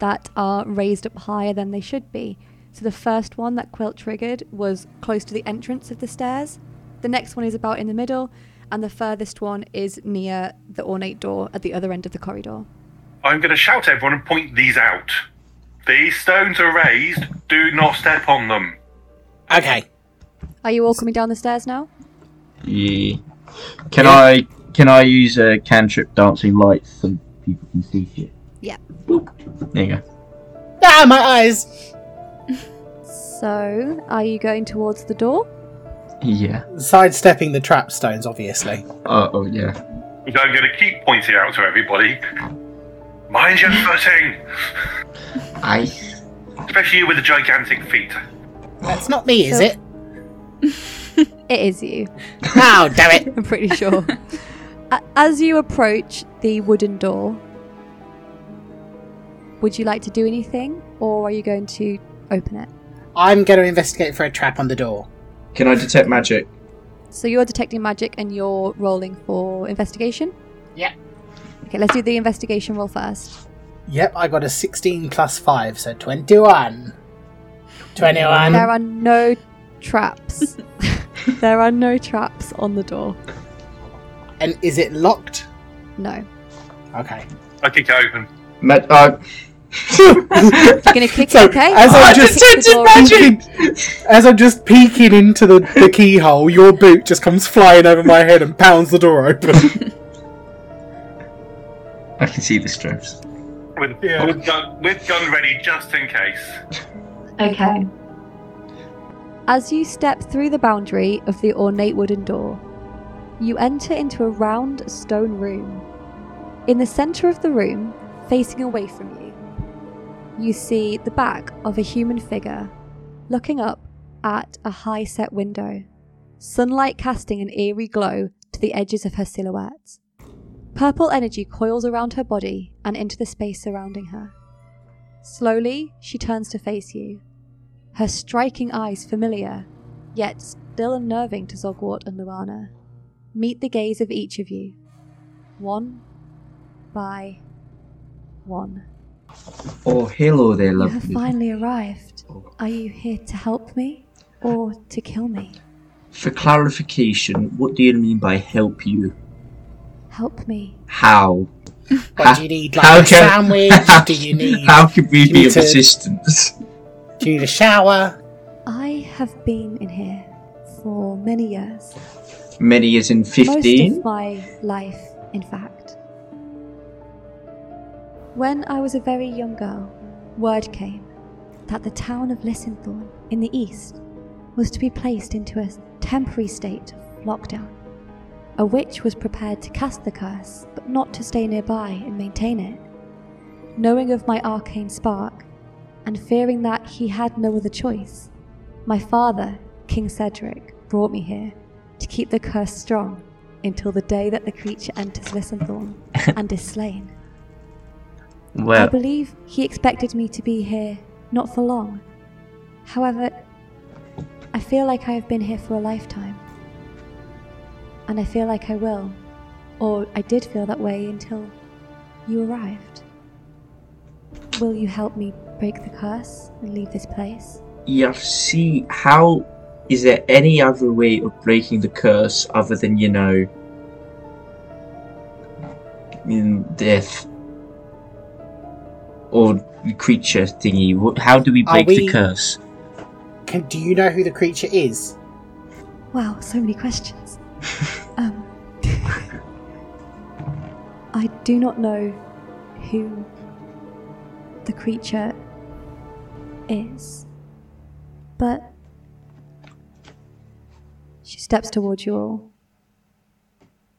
S1: that are raised up higher than they should be. So the first one that Quilt triggered was close to the entrance of the stairs. The next one is about in the middle, and the furthest one is near the ornate door at the other end of the corridor.
S4: I'm going to shout at everyone and point these out. These stones are raised. Do not step on them.
S2: Okay.
S1: Are you all coming down the stairs now?
S3: Yeah. Can I can I use a cantrip dancing light so people can see shit?
S1: Yeah.
S3: Boop. There you go.
S2: Ah, my eyes.
S1: So, are you going towards the door?
S3: Yeah.
S2: Sidestepping the trap stones, obviously.
S3: Uh, oh yeah.
S4: I'm going to keep pointing out to everybody. Mind your footing,
S3: I
S4: especially you with the gigantic feet.
S2: That's not me, is
S1: So-
S2: it?
S1: It is you.
S2: Oh, damn it.
S1: I'm pretty sure. A- As you approach the wooden door, would you like to do anything or are you going to open it?
S2: I'm going to investigate for a trap on the door.
S3: can I detect magic?
S1: So you're detecting magic and you're rolling for investigation?
S2: Yep.
S1: Okay, let's do the investigation roll first.
S2: Yep, I got a 16 plus 5, so 21. 21.
S1: There are no traps. there are no traps on the door.
S2: And is it locked?
S1: No.
S2: Okay.
S4: I kick it open.
S3: Ma- uh,
S1: You're going to kick
S2: So,
S1: it, okay?
S2: as
S1: Kick
S2: I just-
S1: the door open.
S2: As I'm just peeking into the, the keyhole, your boot just comes flying over my head and pounds the door open.
S3: I can see the straps.
S4: With, with, gun, with gun ready just in case.
S8: Okay.
S1: As you step through the boundary of the ornate wooden door, you enter into a round stone room. In the centre of the room, facing away from you, you see the back of a human figure looking up at a high set window, sunlight casting an eerie glow to the edges of her silhouette. Purple energy coils around her body and into the space surrounding her. Slowly, she turns to face you, her striking eyes familiar, yet still unnerving to Zogwart and Luana. Meet the gaze of each of you, one by one.
S3: Oh, hello there,
S1: You have
S3: lovely.
S1: finally arrived. Are you here to help me or to kill me?
S3: For clarification, what do you mean by help you?
S1: Help me.
S3: How?
S2: What do you need? Like
S3: How
S2: a
S3: can-
S2: sandwich? do you need?
S3: How can we be of
S2: Muted.
S3: assistance?
S2: Do you need a shower?
S1: I have been in here for many years.
S3: Many is in
S1: Most
S3: fifteen.
S1: of my life, in fact. When I was a very young girl, word came that the town of Lissenthorn in the east was to be placed into a temporary state of lockdown. A witch was prepared to cast the curse, but not to stay nearby and maintain it. Knowing of my arcane spark, and fearing that he had no other choice, my father, King Cedric, brought me here to keep the curse strong until the day that the creature enters Lissenthorn and is slain. I
S3: Well,
S1: believe he expected me to be here not for long. However, I feel like I have been here for a lifetime. And I feel like I will. Or I did feel that way until you arrived. Will you help me break the curse and leave this place?
S3: you see, how is there any other way of breaking the curse other than you know, in death or the creature thingy? What? How do we
S2: Are
S3: break
S2: we-
S3: the curse?
S2: Can, do you know who the creature is?
S1: Wow, so many questions. um, I do not know who the creature is, but she steps towards you all.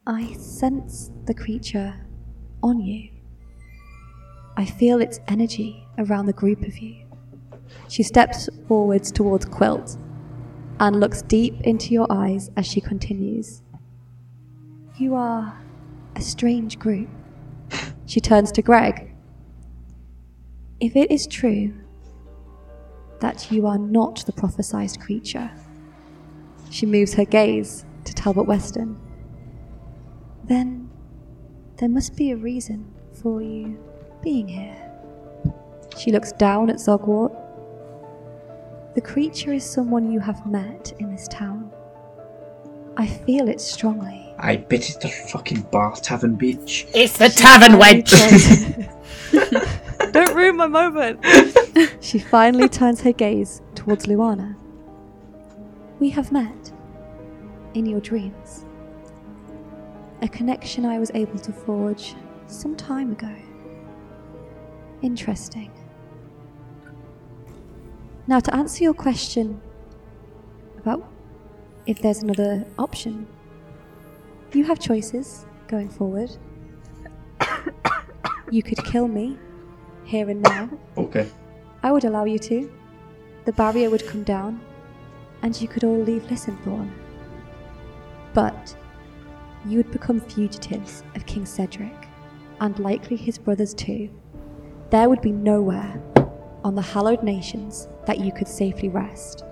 S1: I sense the creature on you. I feel its energy around the group of you. She steps forwards towards Quilt and looks deep into your eyes as she continues. You are a strange group. She turns to Greg. If it is true that you are not the prophesied creature. She moves her gaze to Talbot Weston. Then there must be a reason for you being here. She looks down at Zogwart. The creature is someone you have met in this town. I feel it strongly.
S3: I bet it's the fucking bar tavern bitch.
S2: It's the tavern wench!
S1: Don't ruin my moment! she finally turns her gaze towards Luana. We have met in your dreams. A connection I was able to forge some time ago. Interesting. Now, to answer your question about if there's another option, you have choices going forward. you could kill me here and now.
S3: Okay.
S1: I would allow you to. The barrier would come down, and you could all leave Lissenthorn. But you would become fugitives of King Cedric, and likely his brothers too. There would be nowhere on the hallowed nations that you could safely rest.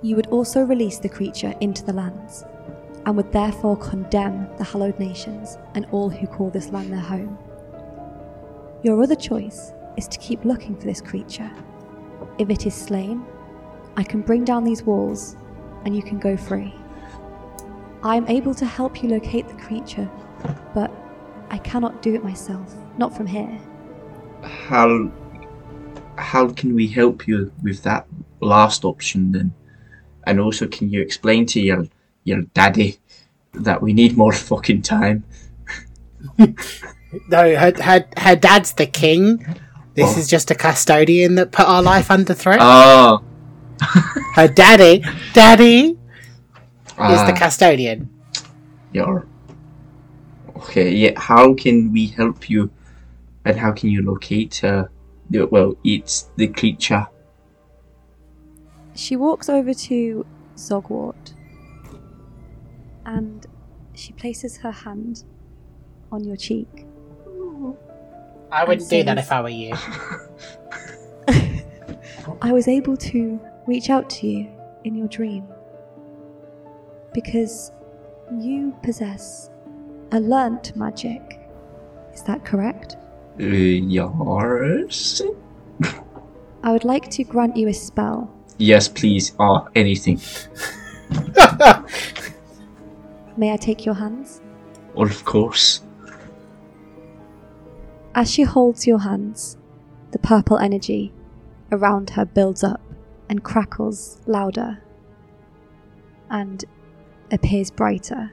S1: You would also release the creature into the lands, and would therefore condemn the hallowed nations and all who call this land their home. Your other choice is to keep looking for this creature. If it is slain, I can bring down these walls and you can go free. I am able to help you locate the creature, but I cannot do it myself, not from here.
S3: How how can we help you with that last option then? And also can you explain to your your daddy that we need more fucking time?
S2: No, her, her, her dad's the king. This is just a custodian that put our life under threat.
S3: Oh,
S2: her daddy, daddy, is the
S3: ah,
S2: custodian.
S3: you're okay. Yeah, how can we help you? And how can you locate uh, the, well, it's the creature.
S1: She walks over to Zogwart and she places her hand on your cheek.
S2: I wouldn't do that
S1: says-
S2: if I were you.
S1: I was able to reach out to you in your dream because you possess a learnt magic. Is that correct?
S3: Uh, yours?
S1: I would like to grant you a spell.
S3: Yes, please. Ah, anything.
S1: May I take your hands?
S3: Or of course.
S1: As she holds your hands, the purple energy around her builds up and crackles louder and appears brighter.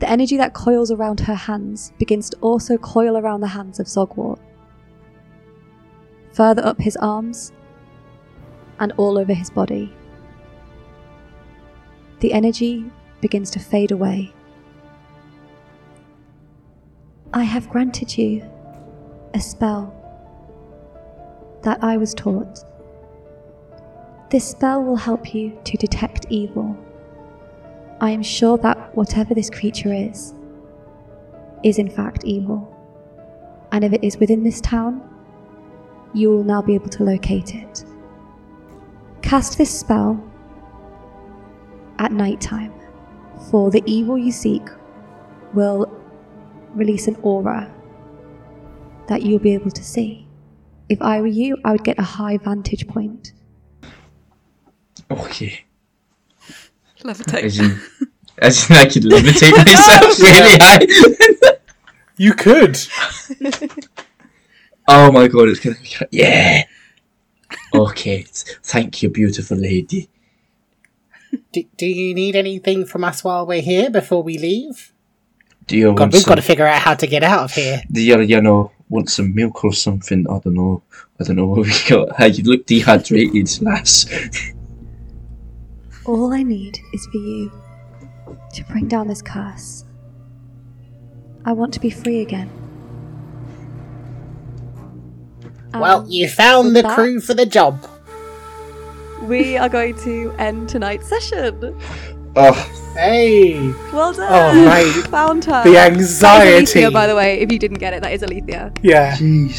S1: The energy that coils around her hands begins to also coil around the hands of Zogwart, further up his arms and all over his body. The energy begins to fade away I have granted you a spell that I was taught. This spell will help you to detect evil. I am sure that whatever this creature is, is in fact evil. And if it is within this town, you will now be able to locate it. Cast this spell at night time, for the evil you seek will release an aura that you'll be able to see. If I were you, I would get a high vantage point.
S3: Okay.
S5: Levitate.
S3: As in, as in I could levitate
S2: Oh,
S3: myself really high.
S2: You could.
S3: oh my god, it's gonna be. Yeah! Okay, thank you, beautiful lady.
S2: Do, do you need anything from us while we're here before we leave?
S3: Do you
S2: God,
S3: want
S2: we've got
S3: some,
S2: to figure out how to get out of here.
S3: do you, you know, want some milk or something? I don't know. I don't know what we got. Hey, you look dehydrated, lass.
S1: All I need is for you to bring down this curse. I want to be free again.
S2: well,
S1: And
S2: you found
S1: with
S2: the
S1: that-
S2: crew for the job.
S1: We are going to end tonight's session.
S3: Oh,
S2: Hey,
S1: Well done.
S2: Oh, mate.
S1: Found her.
S2: the
S1: That is
S2: anxiety.
S1: Alethea, by the way, if you didn't get it, that is Alethea.
S2: Yeah.
S3: jeez.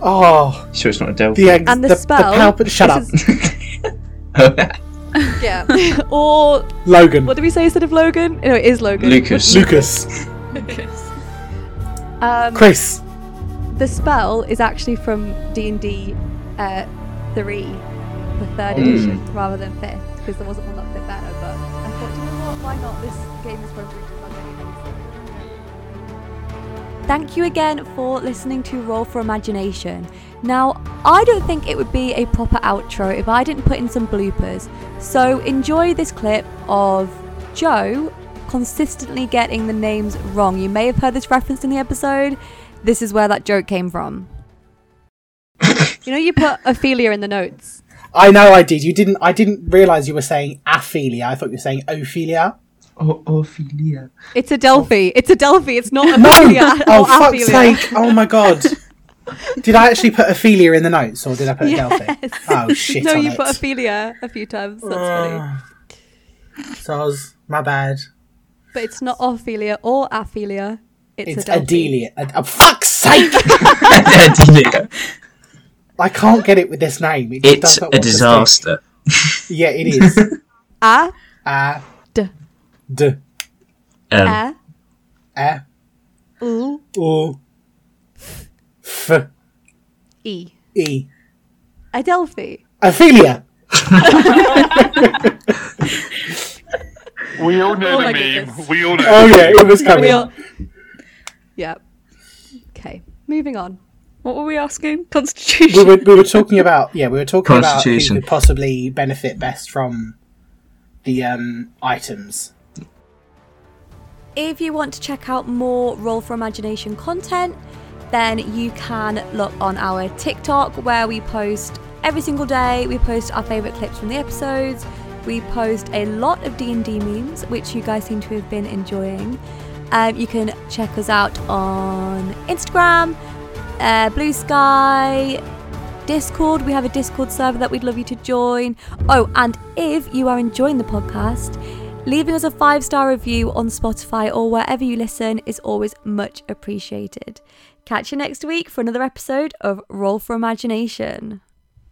S2: Oh,
S3: So it's not a delve.
S2: the eggs.
S1: And the spell
S2: palp- shut up,
S1: is-
S5: Yeah.
S1: or
S2: Logan.
S1: what do we say instead of Logan? No, it is Logan.
S3: Lucas.
S2: Lucas.
S1: Um,
S2: Chris.
S1: the spell is actually from D and D
S8: Uh,
S1: three, the third edition, rather than fifth, because there wasn't one that fit better. But I thought, "Do you know what? Why not? This game is probably Thank you again for listening to Roll for Imagination. Now, I don't think it would be a proper outro if I didn't put in some bloopers. So enjoy this clip of Joe consistently getting the names wrong. You may have heard this referenced in the episode. This is where that joke came from. you know, you put Ophelia in the notes.
S2: I know I did. You didn't. I didn't realize you were saying Ophelia. I thought you were saying Ophelia.
S3: Oh, Ophelia.
S1: It's Adelphi. It's Adelphi. It's not
S2: Oh. No.
S1: Ophelia.
S2: oh
S1: or
S2: fuck's
S1: Ophelia.
S2: sake! Oh my god. Did I actually put Ophelia in the notes, or did I put Adelphi? Oh shit!
S1: no,
S2: on
S1: you
S2: it. Ah.
S1: put Ophelia a few times. That's funny.
S2: So I was my bad.
S1: But it's not Ophelia or Ophelia. It's,
S2: It's
S1: Adelphi.
S2: Adelia. Ad- oh, fuck's sake!
S3: Adelia.
S2: I can't get it with this name. It just
S3: It's
S2: doesn't
S3: a
S2: want to stick.
S3: disaster.
S2: Yeah, it is.
S1: Ah,
S2: uh,
S1: D.
S2: d,
S3: Um,
S1: ah,
S2: eh,
S1: ooh,
S2: ooh, f,
S1: e.
S2: e.
S1: Adelphi.
S2: Ophelia.
S4: We all know
S1: Oh
S4: the
S1: my
S4: meme.
S1: goodness.
S4: We all know.
S2: Oh yeah, it was coming.
S1: We are- Yeah. Okay, moving on.
S5: What were we asking? Constitution.
S2: we were we were talking about yeah we were talking about who
S3: Constitution.
S2: could possibly benefit best from the um items.
S1: If you want to check out more Roll for Imagination content, then you can look on our TikTok where we post every single day. We post our favorite clips from the episodes. We post a lot of D&D memes, which you guys seem to have been enjoying. Um, you can check us out on Instagram, uh, Blue Sky, Discord. We have a Discord server that we'd love you to join. Oh, and if you are enjoying the podcast, leaving us a five star review on Spotify or wherever you listen is always much appreciated. Catch you next week for another episode of Roll for Imagination.